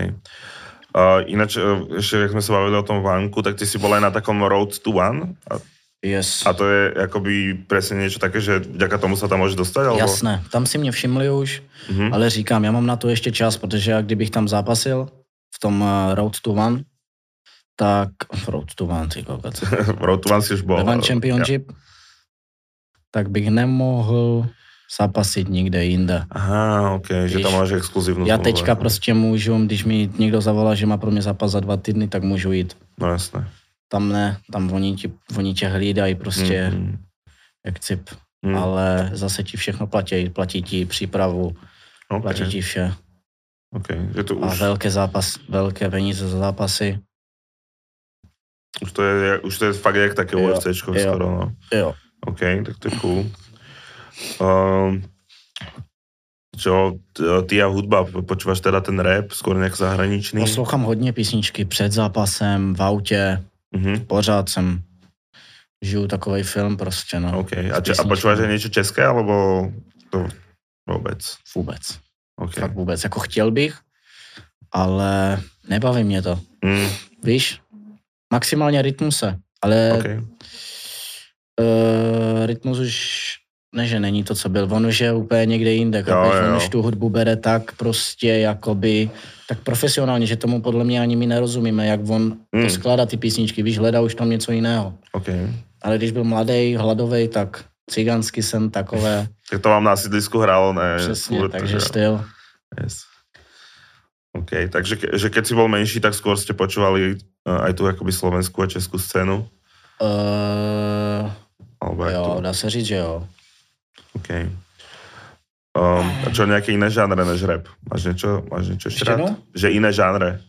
Speaker 1: Uh, jinak, uh, ještě jak jsme se bavili o tom vánku, tak ty si byl aj na takom Road to One a,
Speaker 2: Yes.
Speaker 1: a to je jakoby přesně něco také, že vďaka tomu se tam můžeš dostat? Alebo...
Speaker 2: Jasné, tam si mě všimli už,
Speaker 1: Mhm.
Speaker 2: ale říkám, já mám na to ještě čas, protože já kdybych tam zápasil v tom eh, Road to One, tak Road to One, ty kokac.
Speaker 1: (laughs) Road to One si už byl.
Speaker 2: One
Speaker 1: ale-
Speaker 2: Championship, tak bych nemohl zápasit nikde jinde.
Speaker 1: Ja. Aha, ok, že
Speaker 2: Víš,
Speaker 1: tam máš exkluzivnu.
Speaker 2: Já
Speaker 1: smlouvu,
Speaker 2: teďka
Speaker 1: jako.
Speaker 2: prostě můžu, když mi někdo zavolá, že má pro mě zápas za dva týdny, tak můžu jít.
Speaker 1: No jasné.
Speaker 2: Tam ne, tam oni, ti, oni tě hlídají prostě mm.
Speaker 1: Mm,
Speaker 2: jak cip,
Speaker 1: mm,
Speaker 2: mm.
Speaker 1: mm.
Speaker 2: ale zase ti všechno platí, platí ti přípravu,
Speaker 1: Ok,
Speaker 2: platí ti vše.
Speaker 1: ok, že to
Speaker 2: A
Speaker 1: už,
Speaker 2: velké zápas, velké peníze za zápasy.
Speaker 1: už, to je, už to je fakt jak také
Speaker 2: Jo,
Speaker 1: UFCčko
Speaker 2: jo.
Speaker 1: skoro, no.
Speaker 2: Jo.
Speaker 1: OK, tak to je cool. Um, čo, t- eh, ty a hudba, počíváš teda ten rap, skôr nějak zahraničný?
Speaker 2: Poslouchám hodně písničky před zápasem, v autě,
Speaker 1: Mhm,
Speaker 2: pořád jsem žiju takový film prostě, no.
Speaker 1: OK, a,
Speaker 2: S
Speaker 1: če- a
Speaker 2: písničkami.
Speaker 1: počíváš aj niečo české, alebo to vůbec?
Speaker 2: Vůbec.
Speaker 1: OK.
Speaker 2: Fakt vůbec. Jako chtěl bych, ale nebaví mě to.
Speaker 1: Mm,
Speaker 2: Víš? Maximálně rytmuse. Ale okay.
Speaker 1: OK,
Speaker 2: uh, rytmus už ne, že není to, co byl. On už je úplně někde jinde.
Speaker 1: Jo,
Speaker 2: Jo,
Speaker 1: jo.
Speaker 2: On už tu hudbu bere tak prostě jakoby, tak profesionálně, že tomu podle mě ani my nerozumíme, jak on
Speaker 1: Mm.
Speaker 2: mm. skládá ty písničky. Víš, hledá už tam něco jiného.
Speaker 1: OK.
Speaker 2: Ale když byl mladý, hladový, tak cigánsky jsem
Speaker 1: (laughs)
Speaker 2: takové,
Speaker 1: Tak to vám na sídlisku hrálo, ne?
Speaker 2: přesně,
Speaker 1: Furt,
Speaker 2: takže
Speaker 1: že-
Speaker 2: styl.
Speaker 1: Yes. OK, takže ke, že keď si byl menší, tak skôr ste počúvali uh, aj tu jakoby slovenskou a českou scénu?
Speaker 2: Uh,
Speaker 1: Alebo jak
Speaker 2: jo,
Speaker 1: to?
Speaker 2: dá se říct, že jo.
Speaker 1: OK. Um, a čo, nějaké jiné žánre než rap? Máš něco, máš něco ještě
Speaker 2: Ještě
Speaker 1: rád?
Speaker 2: jednou?
Speaker 1: Že jiné žánre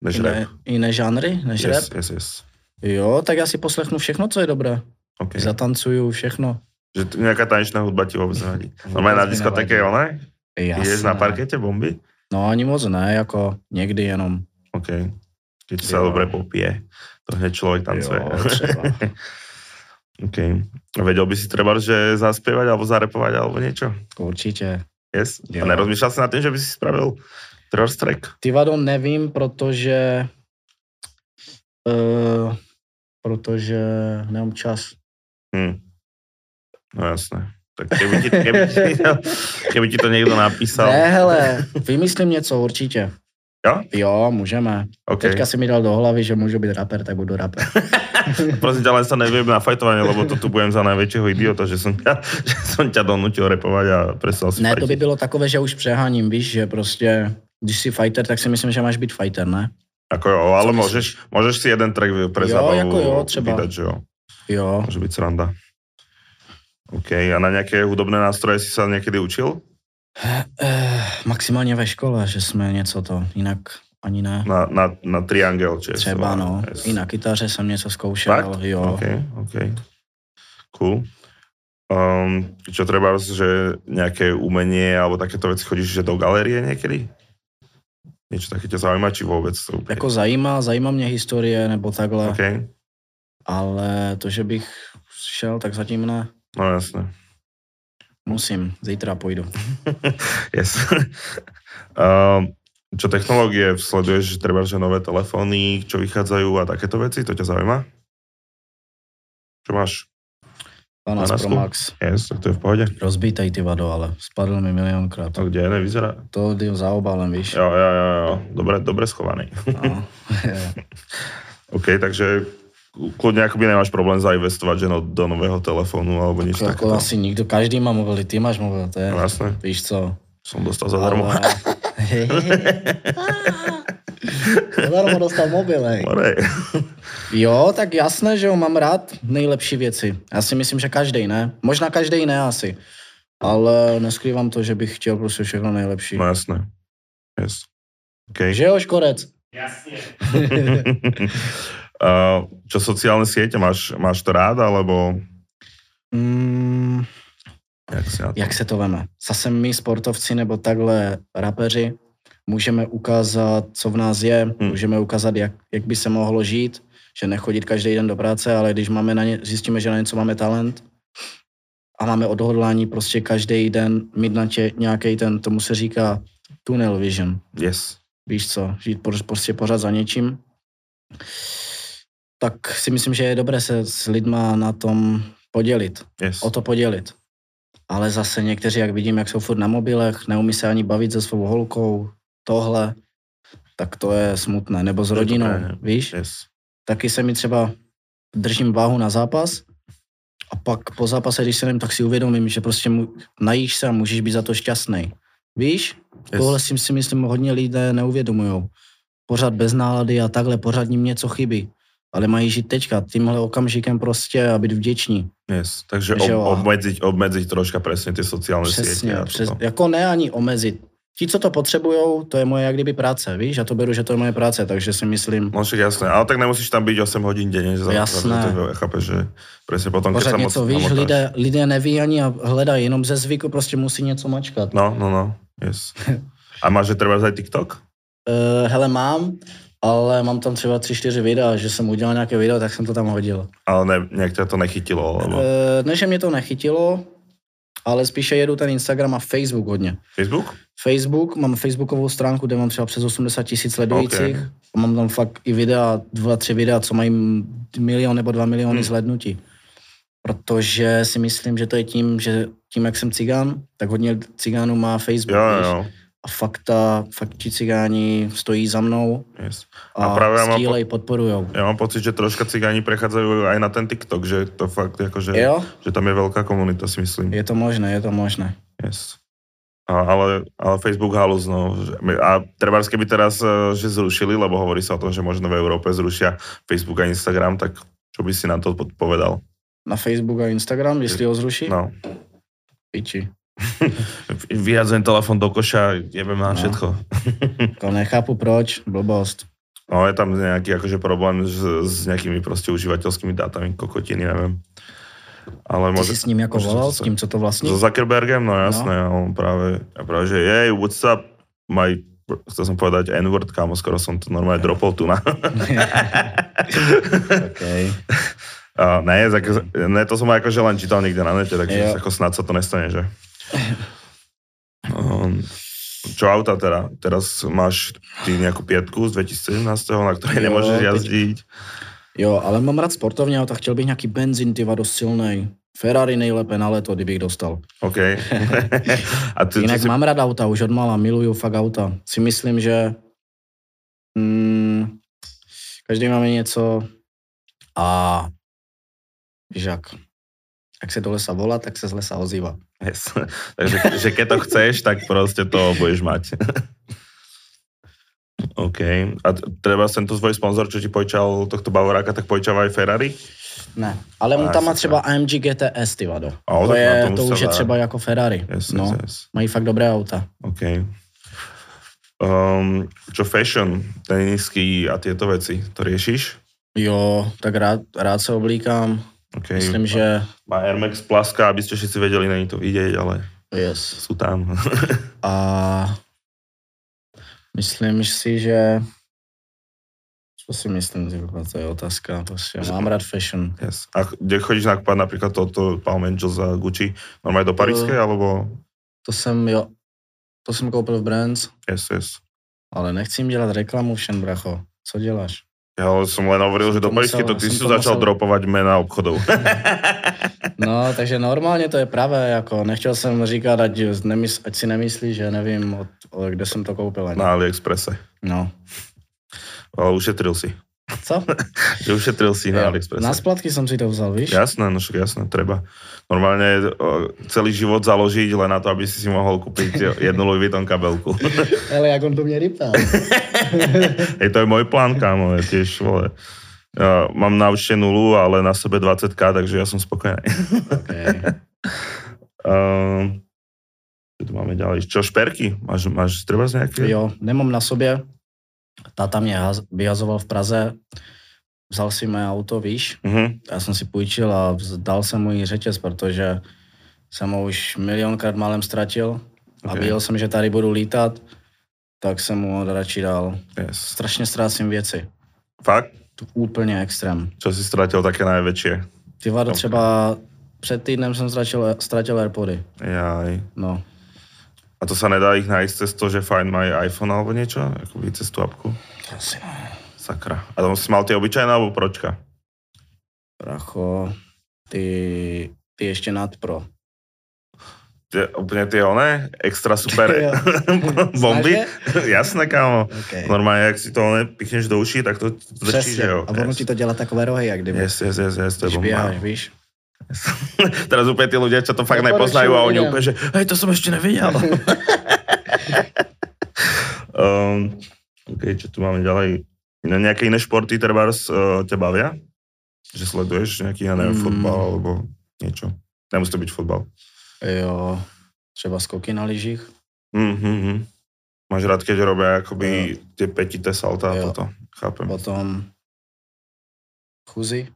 Speaker 1: než
Speaker 2: Jiné,
Speaker 1: rap?
Speaker 2: jiné žánry než
Speaker 1: yes,
Speaker 2: rap?
Speaker 1: yes, yes.
Speaker 2: Jo, tak já si poslechnu všechno, co je dobré.
Speaker 1: OK.
Speaker 2: Okay. Zatancuju všechno.
Speaker 1: Že t- nějaká tanečná hudba ti No, vůbec nevadí. Normálně na
Speaker 2: mi
Speaker 1: diskotéke,
Speaker 2: No, nevadí.
Speaker 1: ona? Jdeš na parkete bomby?
Speaker 2: No ani moc ne, jako někdy jenom.
Speaker 1: OK. Keď se
Speaker 2: Jo.
Speaker 1: dobře popije, to hned člověk tancuje.
Speaker 2: Jo, třeba.
Speaker 1: (laughs) OK. A vedel by si třeba, že zaspěvat, alebo zarepovať, alebo něco?
Speaker 2: Určitě.
Speaker 1: Yes? A
Speaker 2: Jo.
Speaker 1: nerozmýšlel jsi nad tím, že by si spravil Trevor track?
Speaker 2: Ty vado nevím, protože... Uh, protože nemám čas.
Speaker 1: Hmm. No jasné. Tak keby ti, keby, ti (laughs) to, keby ti to někdo napísal.
Speaker 2: Ne, hele, vymyslím něco určitě.
Speaker 1: Jo?
Speaker 2: Jo, můžeme.
Speaker 1: Okay.
Speaker 2: Okay. Teďka si mi dal do hlavy, že můžu být rapper, tak budu rapper.
Speaker 1: Prosím tě, ale se nevím na fajtování, lebo to tu budem za největšího idiota, že jsem, ťa, že jsem tě (laughs) donutil repovat a přestal si
Speaker 2: Ne, to by
Speaker 1: fajtit.
Speaker 2: bylo takové, že už přeháním, víš, že prostě, když jsi fighter, tak si myslím, že máš být fighter, ne?
Speaker 1: Jako jo, ale
Speaker 2: Co myslíš?
Speaker 1: můžeš, můžeš si jeden track pre
Speaker 2: Jo,
Speaker 1: zábavu
Speaker 2: jako jo, třeba.
Speaker 1: vydat, že jo.
Speaker 2: Jo.
Speaker 1: Může být sranda. OK, a na nějaké hudobné nástroje jsi se někdy učil?
Speaker 2: Eh, maximálně ve škole, že jsme něco to, jinak ani ne.
Speaker 1: Na, na, na triangel, či
Speaker 2: Třeba no, i na kytaře jsem něco zkoušel,
Speaker 1: Fakt?
Speaker 2: jo.
Speaker 1: OK, OK. Cool. Um, čo treba, že nějaké umenie alebo takéto věci chodíš že do galerie někdy? Něco také tě zajímá, či vůbec to úplně?
Speaker 2: Jako zajímá, zajímá mě historie nebo takhle,
Speaker 1: OK,
Speaker 2: okay. ale to, že bych šel, tak zatím ne.
Speaker 1: no jasné.
Speaker 2: Musím, zítra půjdu.
Speaker 1: Yes. (laughs) um, čo technologie sleduješ, že treba, že nové telefony, čo vychádzajú a takéto veci, to tě zajímá? Čo máš?
Speaker 2: 12
Speaker 1: Dvanáctku?
Speaker 2: Pro Max.
Speaker 1: Yes, tak to je v pohodě.
Speaker 2: Rozbítej ty vado, ale spadl mi milionkrát.
Speaker 1: To kde je, nevyzerá?
Speaker 2: To jdu za obalem, víš.
Speaker 1: Jo, jo, jo, jo. Dobre, dobre schovaný.
Speaker 2: No.
Speaker 1: (laughs) OK, takže kludně jakoby nemáš problém zainvestovat že no, do nového telefonu alebo něco
Speaker 2: jako
Speaker 1: takového.
Speaker 2: asi nikdo, každý má mobil, i ty máš mobil, to je,
Speaker 1: No jasné,
Speaker 2: víš
Speaker 1: (laughs)
Speaker 2: co.
Speaker 1: jsem dostal zadarmo. Ale... (laughs)
Speaker 2: Zadarmo dostal mobil, hej.
Speaker 1: Morej.
Speaker 2: Jo, tak jasné, že jo, mám rád nejlepší věci. Já si myslím, že každý ne. Možná každý ne asi. Ale neskrývám to, že bych chtěl prostě všechno nejlepší.
Speaker 1: No jasné. Yes. OK.
Speaker 2: Že jo, Škorec?
Speaker 1: uh, čo sociálne siete, máš, máš to rád, alebo
Speaker 2: Mm,
Speaker 1: jak si na to?
Speaker 2: jak se to veme? Zase my sportovci nebo takhle rapeři můžeme ukázat, co v nás je, hmm. můžeme ukázat, jak, jak by se mohlo žít, že nechodit každý den do práce, ale když máme na ně, zjistíme, že na něco máme talent a máme odhodlání prostě každý den mít na tě nějaký ten, tomu se říká tunnel vision.
Speaker 1: Yes.
Speaker 2: víš co, žít po- prostě pořád za něčím, tak si myslím, že je dobré se s lidma na tom podělit,
Speaker 1: Yes.
Speaker 2: o to podělit. Ale zase někteří, jak vidím, jak jsou furt na mobilech, neumí se ani bavit se svou holkou, tohle, tak to je smutné. Nebo s
Speaker 1: je
Speaker 2: rodinou,
Speaker 1: dobré, ne?
Speaker 2: víš?
Speaker 1: Yes.
Speaker 2: Taky se mi třeba držím váhu na zápas a pak po zápase, když se nevím, tak si uvědomím, že prostě mu, najíš se a můžeš být za to šťastný. Víš?
Speaker 1: Yes.
Speaker 2: Tohle si, si myslím hodně lidé neuvědomují. Pořád bez nálady a takhle, pořád jim něco chybí. Ale mají žít teďka, tímhle okamžikem prostě a být vděční.
Speaker 1: Yes. Takže
Speaker 2: Že jo, a-
Speaker 1: ob, obmedziť, obmedziť troška presne tie sociálne siete.
Speaker 2: Přesně,
Speaker 1: a
Speaker 2: přes,
Speaker 1: toto.
Speaker 2: jako ne ani omezit. Ti, co to potřebují, to je moje jak kdyby práce, víš? Já to beru, že to je moje práce, takže si myslím,
Speaker 1: No však jasné, ale tak nemusíš tam byť 8 hodín denne. Za,
Speaker 2: Jasné.
Speaker 1: Za to, chápeš, že presne potom,
Speaker 2: pořád
Speaker 1: keď sa
Speaker 2: něco
Speaker 1: moc
Speaker 2: víš,
Speaker 1: namotáš.
Speaker 2: lidé, lidé neví ani a hledají, jenom ze zvyku prostě musí něco mačkat.
Speaker 1: No, no, no,
Speaker 2: (laughs)
Speaker 1: yes. A máš, že treba aj TikTok?
Speaker 2: Uh, hele, mám, ale mám tam třeba tři, čtyři videa, že jsem udělal nějaké video, tak jsem to tam hodil.
Speaker 1: Ale ne, nejak ťa to nechytilo, lebo
Speaker 2: Eh, Ne, že mě to nechytilo, ale spíše jedu ten Instagram a Facebook hodně.
Speaker 1: Facebook?
Speaker 2: Facebook, mám facebookovou stránku, kde mám třeba přes 80 tisíc sledujících.
Speaker 1: Ok.
Speaker 2: A Mám tam fakt i videa, dva, tři videa, co mají m- milion nebo dva miliony
Speaker 1: Hmm.
Speaker 2: hmm. zhlednutí. Protože si myslím, že to je tím, že tím, jak jsem cigán, tak hodně cigánů má Facebook.
Speaker 1: Jo,
Speaker 2: víš.
Speaker 1: jo,
Speaker 2: A fakt, ta, fakt ti cigáni stojí za mnou
Speaker 1: yes.
Speaker 2: a,
Speaker 1: A
Speaker 2: a
Speaker 1: právě já mám po-
Speaker 2: stílej, podporujou.
Speaker 1: Ja mám pocit, že troška cigáni prechádzajú aj na ten TikTok, že to fakt akože,
Speaker 2: Jo,
Speaker 1: že tam je veľká komunita, si myslím.
Speaker 2: je to možné, je to možné.
Speaker 1: Yes. A, ale, ale Facebook halus, no. že- A trebárs keby teraz, eh, že zrušili, lebo hovorí sa o tom, že možno v Európe zrušia Facebook a Instagram, tak čo by si na to pod- povedal?
Speaker 2: Na Facebook a Instagram, jestli ho zruší,
Speaker 1: No.
Speaker 2: piči.
Speaker 1: Vy- Vyhadzujem telefon do koša, jebem na
Speaker 2: No.
Speaker 1: všetko.
Speaker 2: To nechápu proč, blbost.
Speaker 1: No, je tam nejaký akože problém s, s nejakými proste užívateľskými dátami, kokotiny, neviem. Ale
Speaker 2: Ty jsi
Speaker 1: môže...
Speaker 2: s ním jako
Speaker 1: může
Speaker 2: volal,
Speaker 1: to
Speaker 2: s tím, co to vlastní?
Speaker 1: So
Speaker 2: (laughs)
Speaker 1: Zuckerbergem, no jasné, no. on práve, a práve, že jej, what's up, my, chcel som povedať N-word, kámo, skoro som to normálne dropol tu na...
Speaker 2: okay.
Speaker 1: A ne, tak, ne, to som akože len čítal niekde na nete, takže
Speaker 2: Jo.
Speaker 1: ako snad sa to nestane, že? Um, čo auta teda? Teraz máš ty nejakú pietku z 2017, na ktorej
Speaker 2: Jo,
Speaker 1: nemôžeš
Speaker 2: teď-
Speaker 1: jazdiť.
Speaker 2: Jo, ale mám rád sportovně auta, chtěl bych nějaký benzín, ty vado silnej. Ferrari nejlépe na léto, kdybych dostal. (laughs)
Speaker 1: OK. a ty,
Speaker 2: Jinak
Speaker 1: ty si,
Speaker 2: mám rád auta, už odmala, miluju fakt auta. Si myslím, že mm, každý máme něco a víš jak, jak se do lesa volá, tak se z lesa ozývá.
Speaker 1: yes. takže že keď to chceš, tak proste to budeš mať. (laughs) OK. A t- treba sem to svoj sponzor, čo ti pojičal tohto Bavoráka, tak pojičal aj Ferrari?
Speaker 2: Ne, ale on
Speaker 1: A
Speaker 2: tam má
Speaker 1: jasně,
Speaker 2: třeba AMG GTS, ty vado.
Speaker 1: A
Speaker 2: To,
Speaker 1: tak na
Speaker 2: je,
Speaker 1: tom
Speaker 2: to
Speaker 1: se
Speaker 2: už je
Speaker 1: dá.
Speaker 2: třeba jako Ferrari.
Speaker 1: Yes,
Speaker 2: No,
Speaker 1: yes, yes.
Speaker 2: mají fakt dobré auta.
Speaker 1: OK. Um, čo fashion, tenisky a tieto veci, to riešiš?
Speaker 2: Jo, tak rád, rád se oblíkám.
Speaker 1: OK.
Speaker 2: Myslím, že...
Speaker 1: Má Air Max Plaska, aby ste všetci vedeli, není to vidieť, ale
Speaker 2: Yes.
Speaker 1: sú
Speaker 2: (laughs)
Speaker 1: tam.
Speaker 2: A myslím si, že... Co si myslím, ty vole, to je otázka. Prostě mám rád fashion.
Speaker 1: yes. A kde chodíš nakupať napríklad toto Palm Angels a Gucci? Normálne do Parískej,
Speaker 2: Eh.
Speaker 1: alebo...
Speaker 2: To jsem, jo, to jsem koupil v Brands,
Speaker 1: Yes, yes.
Speaker 2: ale nechci jim dělat reklamu všem, bracho. Co děláš?
Speaker 1: Ja som len hovoril, že do
Speaker 2: Som to
Speaker 1: Parískej,
Speaker 2: musel-
Speaker 1: to ty
Speaker 2: som
Speaker 1: si
Speaker 2: to
Speaker 1: začal
Speaker 2: musel-
Speaker 1: dropovať mena obchodov. (laughs)
Speaker 2: No, takže normálně to je pravé, jako nechtěl jsem říkat, ať, nemysl, ať si nemyslí, že nevím, od, od, kde jsem to koupil. Ani.
Speaker 1: na AliExpresse.
Speaker 2: No.
Speaker 1: Ale ušetril
Speaker 2: (laughs)
Speaker 1: si.
Speaker 2: Co?
Speaker 1: Že ušetril si na
Speaker 2: Jo,
Speaker 1: AliExpresse.
Speaker 2: Na splatky jsem si to vzal, víš?
Speaker 1: Jasné, no však jasné, treba. Normálne o, celý život založiť len na to, aby si si mohol kúpiť jednu Louis Vuitton kabelku.
Speaker 2: Ale jak on to mě rypá.
Speaker 1: Hej, to je môj plán, kámo, ja tiež, vole. Ja mám na účte nulu, ale na sebe 20k, takže ja som spokojný.
Speaker 2: Okay.
Speaker 1: Ehm, Čo tu máme ďalej? Čo, šperky? Máš, máš treba z nejaké?
Speaker 2: Jo, nemám na sobě. Táta mě haz- vyhazoval v Praze, vzal si mé auto, víš,
Speaker 1: Mhm.
Speaker 2: já jsem si půjčil a vz- dal jsem mu jí řetěz, protože jsem ho už milionkrát málem ztratil a
Speaker 1: Ok.
Speaker 2: věděl jsem, že tady budu lítat, tak jsem mu ho radši dal.
Speaker 1: Yes.
Speaker 2: Strašně ztrácím věci,
Speaker 1: Fakt?
Speaker 2: to úplně extrém.
Speaker 1: Čo si stratil také najväčšie?
Speaker 2: Ty vado,
Speaker 1: Ok.
Speaker 2: třeba před týdnem jsem ztratil, ztratil Airpody,
Speaker 1: Jaj.
Speaker 2: no.
Speaker 1: A to sa nedá ich nájsť cez to, že Find My iPhone alebo niečo? Akoby cez tú apku?
Speaker 2: Asi ne.
Speaker 1: Sakra. A tam si mal tie obyčajné alebo pročka?
Speaker 2: Pracho, ty, ty ještě nad pro.
Speaker 1: Tie, úplne tie oné? Extra super
Speaker 2: Jo.
Speaker 1: (laughs) bomby? Jasné, kámo.
Speaker 2: Okay.
Speaker 1: Normálně, jak si to oné pichneš do uší, tak to zrčí,
Speaker 2: Přesně.
Speaker 1: že jo?
Speaker 2: A ono ti to dělá takové rohy, jak kdyby.
Speaker 1: Yes, yes, yes, yes, to je
Speaker 2: když
Speaker 1: bomba.
Speaker 2: běháš, víš?
Speaker 1: (laughs) Teraz úplně ty lidé, co to fakt
Speaker 2: Doporučuju
Speaker 1: nepoznají a oni
Speaker 2: lidem.
Speaker 1: úplně, že hej, to jsem ještě neviděl.
Speaker 2: (laughs)
Speaker 1: um, OK, čo tu máme ďalej? No, nějaké jiné športy trebárs uh, tě baví? Že sleduješ nějaký, já nevím,
Speaker 2: Mm.
Speaker 1: fotbal alebo něco? Nemusí to být fotbal.
Speaker 2: Jo, třeba skoky na lyžích.
Speaker 1: Mm-hmm. Máš rád, keď robia jakoby ty petité salta a
Speaker 2: Jo.
Speaker 1: toto. Chápem.
Speaker 2: Potom chuzi.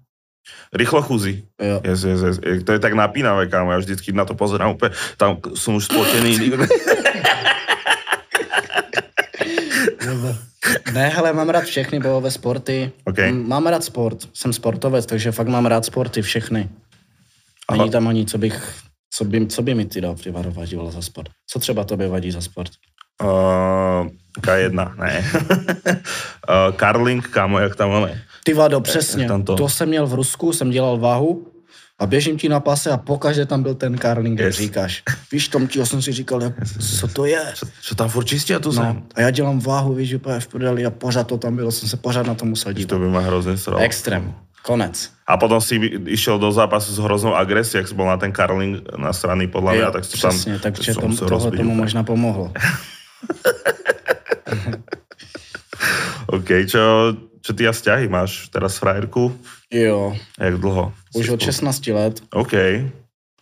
Speaker 1: Rýchlo chůzí.
Speaker 2: Jo.
Speaker 1: Yes, yes, yes. To je tak napínavé, kámo, já vždycky na to pozerám úplně, tam jsem už
Speaker 2: (laughs)
Speaker 1: spotený.
Speaker 2: Ne, hele, mám rád všechny bojové sporty.
Speaker 1: OK.
Speaker 2: M- Mám rád sport, jsem sportovec, takže fakt mám rád sporty všechny. Není
Speaker 1: Aha.
Speaker 2: tam ani, co bych, co by, co by mi ty dal, ty varo, vadilo za sport. Co třeba tobě vadí za sport?
Speaker 1: Uh, K1, ne. (laughs) uh, Karling, kámo, jak tam ale.
Speaker 2: Ty vado, přesně.
Speaker 1: tam to.
Speaker 2: To. jsem měl v Rusku, jsem dělal váhu a běžím ti na pase a pokaždé tam byl ten karling, jak
Speaker 1: Yes.
Speaker 2: říkáš. Víš, tom tího jsem si říkal, jak, co to je?
Speaker 1: Co tam furt čistí a tu
Speaker 2: No, a já dělám váhu, víš, úplně v prdeli a pořád to tam bylo, jsem se pořád na to musel dívat.
Speaker 1: To by ma hrozně sralo.
Speaker 2: Extrém. Konec.
Speaker 1: A potom si išel do zápasu s hroznou agresí, jak si bol na ten Karling nasraný podľa mňa,
Speaker 2: Jo,
Speaker 1: tak si tam...
Speaker 2: přesně, takže
Speaker 1: som
Speaker 2: tom,
Speaker 1: sa
Speaker 2: tohle
Speaker 1: rozbil.
Speaker 2: tomu
Speaker 1: (laughs)
Speaker 2: možná pomohlo.
Speaker 1: OK, čo, čo ty a vzťahy máš? Teraz frajerku?
Speaker 2: Jo,
Speaker 1: Jak dlho?
Speaker 2: už od 16 let.
Speaker 1: OK.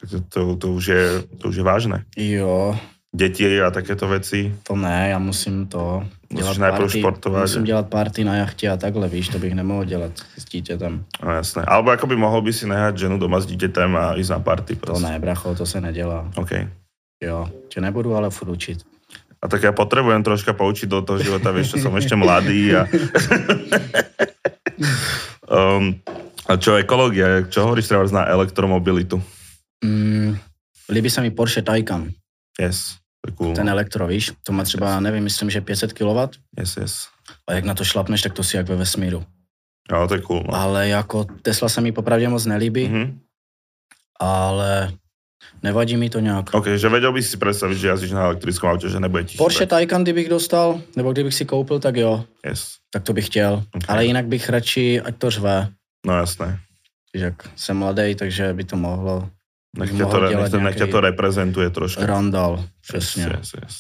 Speaker 1: Tak To, to, to, už je, to už je vážne.
Speaker 2: Jo,
Speaker 1: Deti a takéto veci.
Speaker 2: to ne, já musím to
Speaker 1: Musíš
Speaker 2: dělat
Speaker 1: najprv
Speaker 2: party,
Speaker 1: športovat,
Speaker 2: musím
Speaker 1: že?
Speaker 2: dělat party na jachtě a takhle, víš, to bych nemohl dělat s dítětem.
Speaker 1: No jasné. Alebo ako by mohol by si nehať ženu doma s dieťatem a ísť na party.
Speaker 2: To
Speaker 1: proste.
Speaker 2: ne, bracho, to se nedělá.
Speaker 1: OK.
Speaker 2: Jo, tě nebudu ale furt učit.
Speaker 1: A tak ja potrebujem troška poučiť do toho života, vieš, čo som ešte
Speaker 2: (laughs)
Speaker 1: mladý a... um, a čo ekológia? Čo hovoríš treba na elektromobilitu?
Speaker 2: Mm, líbí se mi Porsche Taycan,
Speaker 1: Yes. To je cool.
Speaker 2: ten elektro, víš, to má třeba, nevím, myslím, že 500 kW
Speaker 1: Yes, yes.
Speaker 2: a jak na to šlapneš, tak to si jak ve vesmíru.
Speaker 1: No. Jo, to je cool. No.
Speaker 2: Ale jako Tesla se mi popravdě moc nelíbí, mm-hmm.
Speaker 1: Mhm.
Speaker 2: ale nevadí mi to nějak.
Speaker 1: OK, že vedel by si predstaviť, že jazdíš na elektrickom aute, že nebude ti
Speaker 2: Porsche
Speaker 1: chýbať.
Speaker 2: Taycan, kdybych dostal, nebo kdybych si koupil, tak jo,
Speaker 1: Yes.
Speaker 2: tak to bych chtěl. Okay. Ale jinak bych radši, ať to řve,
Speaker 1: No jasné.
Speaker 2: že jak jsem mladý, takže by to mohlo.
Speaker 1: Nech
Speaker 2: Bych
Speaker 1: ťa to,
Speaker 2: mohol
Speaker 1: re- nech,
Speaker 2: dělat
Speaker 1: to- nech ťa
Speaker 2: nějakej-
Speaker 1: to reprezentuje troška.
Speaker 2: Randall, přesně.
Speaker 1: Yes, yes, yes.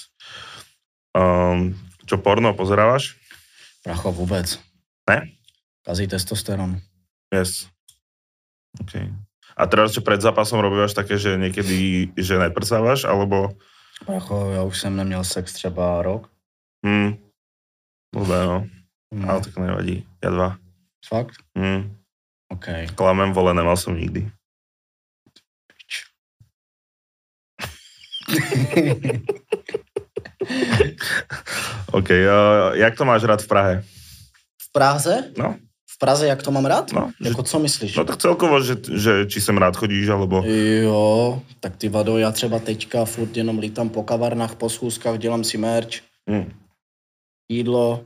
Speaker 1: Um, čo porno pozerávaš?
Speaker 2: Pracho vůbec.
Speaker 1: Ne?
Speaker 2: Kazí testosteron.
Speaker 1: Yes. OK. A teraz, čo pred zápasom robíš také, že niekedy, že neprcávaš, alebo...
Speaker 2: Pracho, Jako já už jsem neměl sex třeba rok.
Speaker 1: Hm. Dobre, no.
Speaker 2: No,
Speaker 1: Ale tak nevadí. Ja dva.
Speaker 2: Fakt?
Speaker 1: Hm.
Speaker 2: OK.
Speaker 1: Klamem, vole, nemal som nikdy.
Speaker 2: Pič.
Speaker 1: OK. Uh, jak to máš rád v Prahe?
Speaker 2: v Praze?
Speaker 1: No.
Speaker 2: V Praze, jak to mám rád?
Speaker 1: No, že,
Speaker 2: Jako co myslíš?
Speaker 1: no tak celkovo, že, že či sem rád chodíš, alebo...
Speaker 2: Jo, tak ty vado, já třeba teďka furt jenom lítám po kavarnách, po schůzkách, dělám si merch,
Speaker 1: Hm.
Speaker 2: jídlo,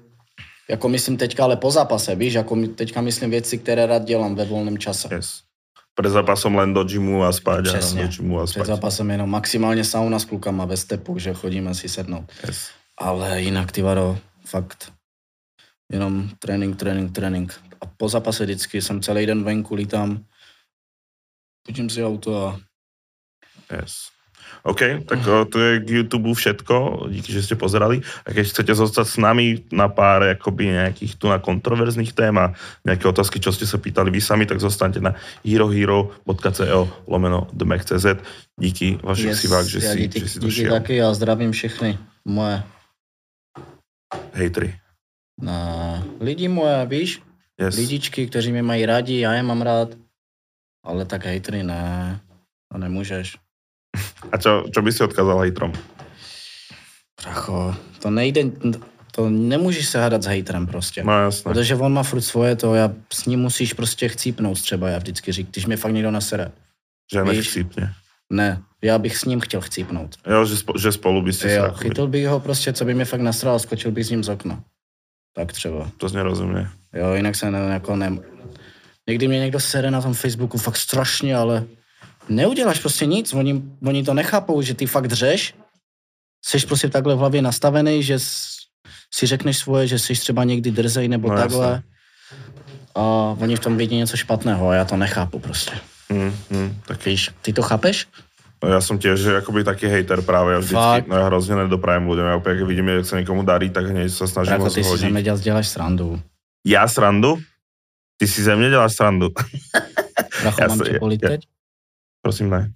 Speaker 2: jako myslím teďka, ale po zápase, víš, jako my- teďka myslím věci, které rád dělám ve volném čase.
Speaker 1: Yes. Pred zápasom len do gymu a spať. A
Speaker 2: Přesně.
Speaker 1: do gymu a
Speaker 2: Před
Speaker 1: spať.
Speaker 2: zápasem jenom maximálně sauna s klukama ve stepu, že chodíme si sednout.
Speaker 1: Yes.
Speaker 2: Ale jinak, ty vado, fakt, jenom trénink, trénink, trénink. A po zápase vždycky jsem celý den venku, lítám, půjčím si auto a
Speaker 1: Yes. OK, tak o, to je k YouTube všetko. Díky, že ste pozerali. A keď chcete zostať s nami na pár jakoby nejakých tu na kontroverzných tém a nejaké otázky, čo ste sa pýtali vy sami, tak zostaňte na herohero.co lomeno dmech.cz. Díky vašich yes, sivák, že
Speaker 2: já
Speaker 1: si,
Speaker 2: díky,
Speaker 1: že si to
Speaker 2: díky
Speaker 1: šiel.
Speaker 2: taky, já zdravím všechny moje
Speaker 1: Hejtri.
Speaker 2: na lidi moje, víš,
Speaker 1: Yes.
Speaker 2: lidičky, kteří mě mají rádi, já je mám rád, ale tak hejtry ne, to nemůžeš.
Speaker 1: A čo, čo by si odkázal hejtrom?
Speaker 2: Pracho, to nejde, to nemůžeš se hádat s hejtrem prostě.
Speaker 1: No jasné.
Speaker 2: Protože on má furt svoje to, já s ním musíš prostě chcípnout třeba, já vždycky říkám, když mě fakt někdo nasere.
Speaker 1: Že
Speaker 2: víš.
Speaker 1: nechcípne.
Speaker 2: Ne, já bych s ním chtěl chcípnout.
Speaker 1: Jo, že, spo, že spolu byste se
Speaker 2: Jo,
Speaker 1: takový-
Speaker 2: chytil bych ho prostě, co by mě fakt nasral, skočil bych s ním z okna. Tak třeba.
Speaker 1: To zně rozumně.
Speaker 2: Jo, jinak se ne, jako ne... Někdy mě někdo sere na tom Facebooku fakt strašně, ale neuděláš prostě nic, oni, oni to nechápou, že ty fakt řeš, jsi prostě takhle v hlavě nastavený, že s- si řekneš svoje, že jsi třeba někdy drzej nebo
Speaker 1: No,
Speaker 2: no,
Speaker 1: jasně.
Speaker 2: takhle. A oni v tom vidí něco špatného a já to nechápu prostě.
Speaker 1: Hmm, hmm, tak
Speaker 2: Víš, ty to chápeš?
Speaker 1: No já jsem tiež jakoby taký hejter právě, já
Speaker 2: Fakt?
Speaker 1: vždycky, no já hrozně nedoprajem lidem, já úplně, jak vidím, jak se někomu darí, tak hneď se snažím ho
Speaker 2: Jako ty si
Speaker 1: zhodit.
Speaker 2: zeměděl děláš srandu.
Speaker 1: Já srandu? Ty si ze mě děláš srandu. (laughs)
Speaker 2: Racho,
Speaker 1: Já
Speaker 2: mám
Speaker 1: se-
Speaker 2: tě
Speaker 1: já-
Speaker 2: bolit
Speaker 1: já-
Speaker 2: teď?
Speaker 1: Prosím,
Speaker 2: (laughs)
Speaker 1: ne.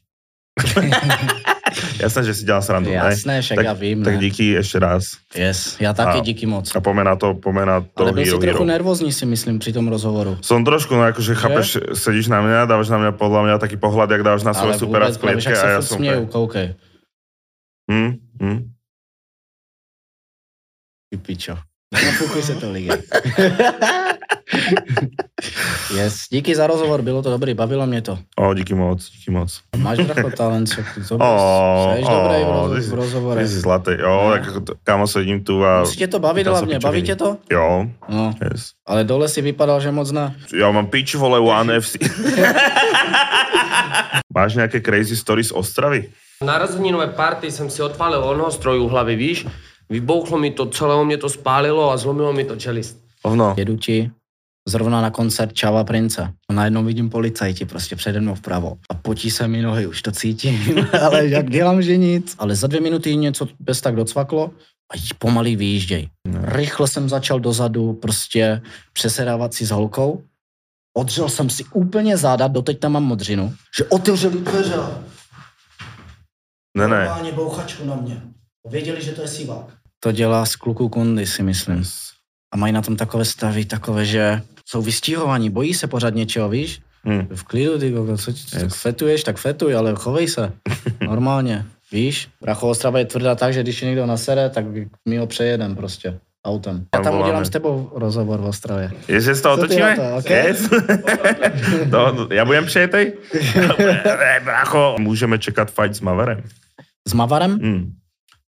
Speaker 1: Jasné, že si dělám srandu, no, ne?
Speaker 2: Jasné, však
Speaker 1: Tak-
Speaker 2: já vím,
Speaker 1: Tak
Speaker 2: ne?
Speaker 1: díky ještě raz.
Speaker 2: Yes, já taky
Speaker 1: A-
Speaker 2: díky moc.
Speaker 1: A pomená to, pomená to
Speaker 2: Ale byl
Speaker 1: Hero
Speaker 2: si
Speaker 1: Hero.
Speaker 2: trochu nervózní, si myslím, při tom rozhovoru.
Speaker 1: Som trošku, no akože chápeš, sedíš na mňa, dávaš na mňa podľa mňa taký pohľad, jak dávaš na
Speaker 2: Ale
Speaker 1: svoj supera v
Speaker 2: právě,
Speaker 1: klietke
Speaker 2: však se
Speaker 1: a ja
Speaker 2: furt
Speaker 1: som
Speaker 2: směju,
Speaker 1: úplne...
Speaker 2: koukej.
Speaker 1: Hm, hm.
Speaker 2: Ty pičo. Nafukuj se to liga. (laughs) yes, díky za rozhovor, bylo to dobrý, bavilo mě to.
Speaker 1: O, díky moc, díky moc.
Speaker 2: Máš dracho talent, co ty dobrý,
Speaker 1: Ó,
Speaker 2: jsi
Speaker 1: ó,
Speaker 2: dobrý No. v,
Speaker 1: ty
Speaker 2: roz,
Speaker 1: jsi-
Speaker 2: v
Speaker 1: Ty
Speaker 2: rozhovorech.
Speaker 1: jsi zlatý, jo,
Speaker 2: Ne.
Speaker 1: tak jako to- kámo sedím tu a
Speaker 2: Musí tě to bavit
Speaker 1: Říkal jsem
Speaker 2: hlavně,
Speaker 1: pičoviny.
Speaker 2: baví tě to?
Speaker 1: jo,
Speaker 2: No,
Speaker 1: yes.
Speaker 2: ale dole si vypadal, že moc ne.
Speaker 1: Já mám pič, vole, One FC. (laughs) Máš nějaké crazy story z Ostravy?
Speaker 3: Na narozeninové party jsem si odpálil ohňostroj u hlavy, víš? Vybouchlo mi to, celé mě to spálilo a zlomilo mi to čelist.
Speaker 1: Hovno.
Speaker 2: Jedu ti zrovna na koncert Čava Prince. A najednou vidím policajti prostě přede mnou vpravo. A potí se mi nohy, už to cítím, (laughs) ale jak dělám, že nic. Ale za dvě minuty něco bez tak docvaklo a jí pomalý vyjížděj. Rychle jsem začal dozadu prostě přesedávat si s holkou. Odřel jsem si úplně záda, doteď tam mám modřinu, že otevřeli dveře.
Speaker 1: Ne, ne.
Speaker 2: Páni bouchačku na mě. Věděli, že to je sivák. To dělá z kluků kundy, si myslím a mají na tom takové stavy, takové, že jsou vystihovaní, bojí se pořád něčeho, víš?
Speaker 1: Hm.
Speaker 2: V klidu, ty koko, co, yes. tak
Speaker 1: Yes.
Speaker 2: fetuješ, tak fetuj, ale chovej se. Normálně, víš? Bracho Ostrava je tvrdá tak, že když je někdo nasere, tak my ho přejedem prostě autem. Já
Speaker 1: Tam
Speaker 2: tam
Speaker 1: voláme.
Speaker 2: udělám s tebou rozhovor v Ostravě.
Speaker 1: Je, že z toho
Speaker 2: Co ty
Speaker 1: točíme?
Speaker 2: na to, ok?
Speaker 1: Yes. (laughs) to, no, já budem
Speaker 2: (laughs)
Speaker 1: přijetej? Ne, bracho. Můžeme čekat fight s Maverem.
Speaker 2: S Mavarem?
Speaker 1: Hm.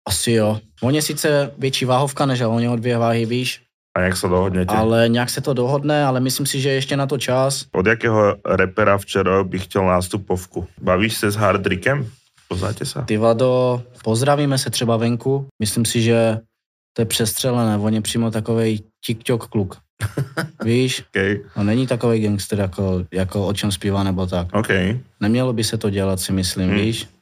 Speaker 2: Asi jo. On je sice větší váhovka než já, on je o dvě váhy, víš?
Speaker 1: A jak se dohodnete?
Speaker 2: Ale nějak se to dohodne, ale myslím si, že je ještě na to čas.
Speaker 1: Od jakého repera včera bych chtěl nástupovku? Bavíš se s Hard Rickem? Poznáte se?
Speaker 2: Ty Vado, pozdravíme se třeba venku. Myslím si, že to je přestřelené. On je přímo takovej tiktok kluk. Víš?
Speaker 1: Okay.
Speaker 2: On není takový gangster, jako, jako o čem zpívá nebo tak.
Speaker 1: OK.
Speaker 2: Nemělo by se to dělat, si myslím,
Speaker 1: Hmm.
Speaker 2: víš?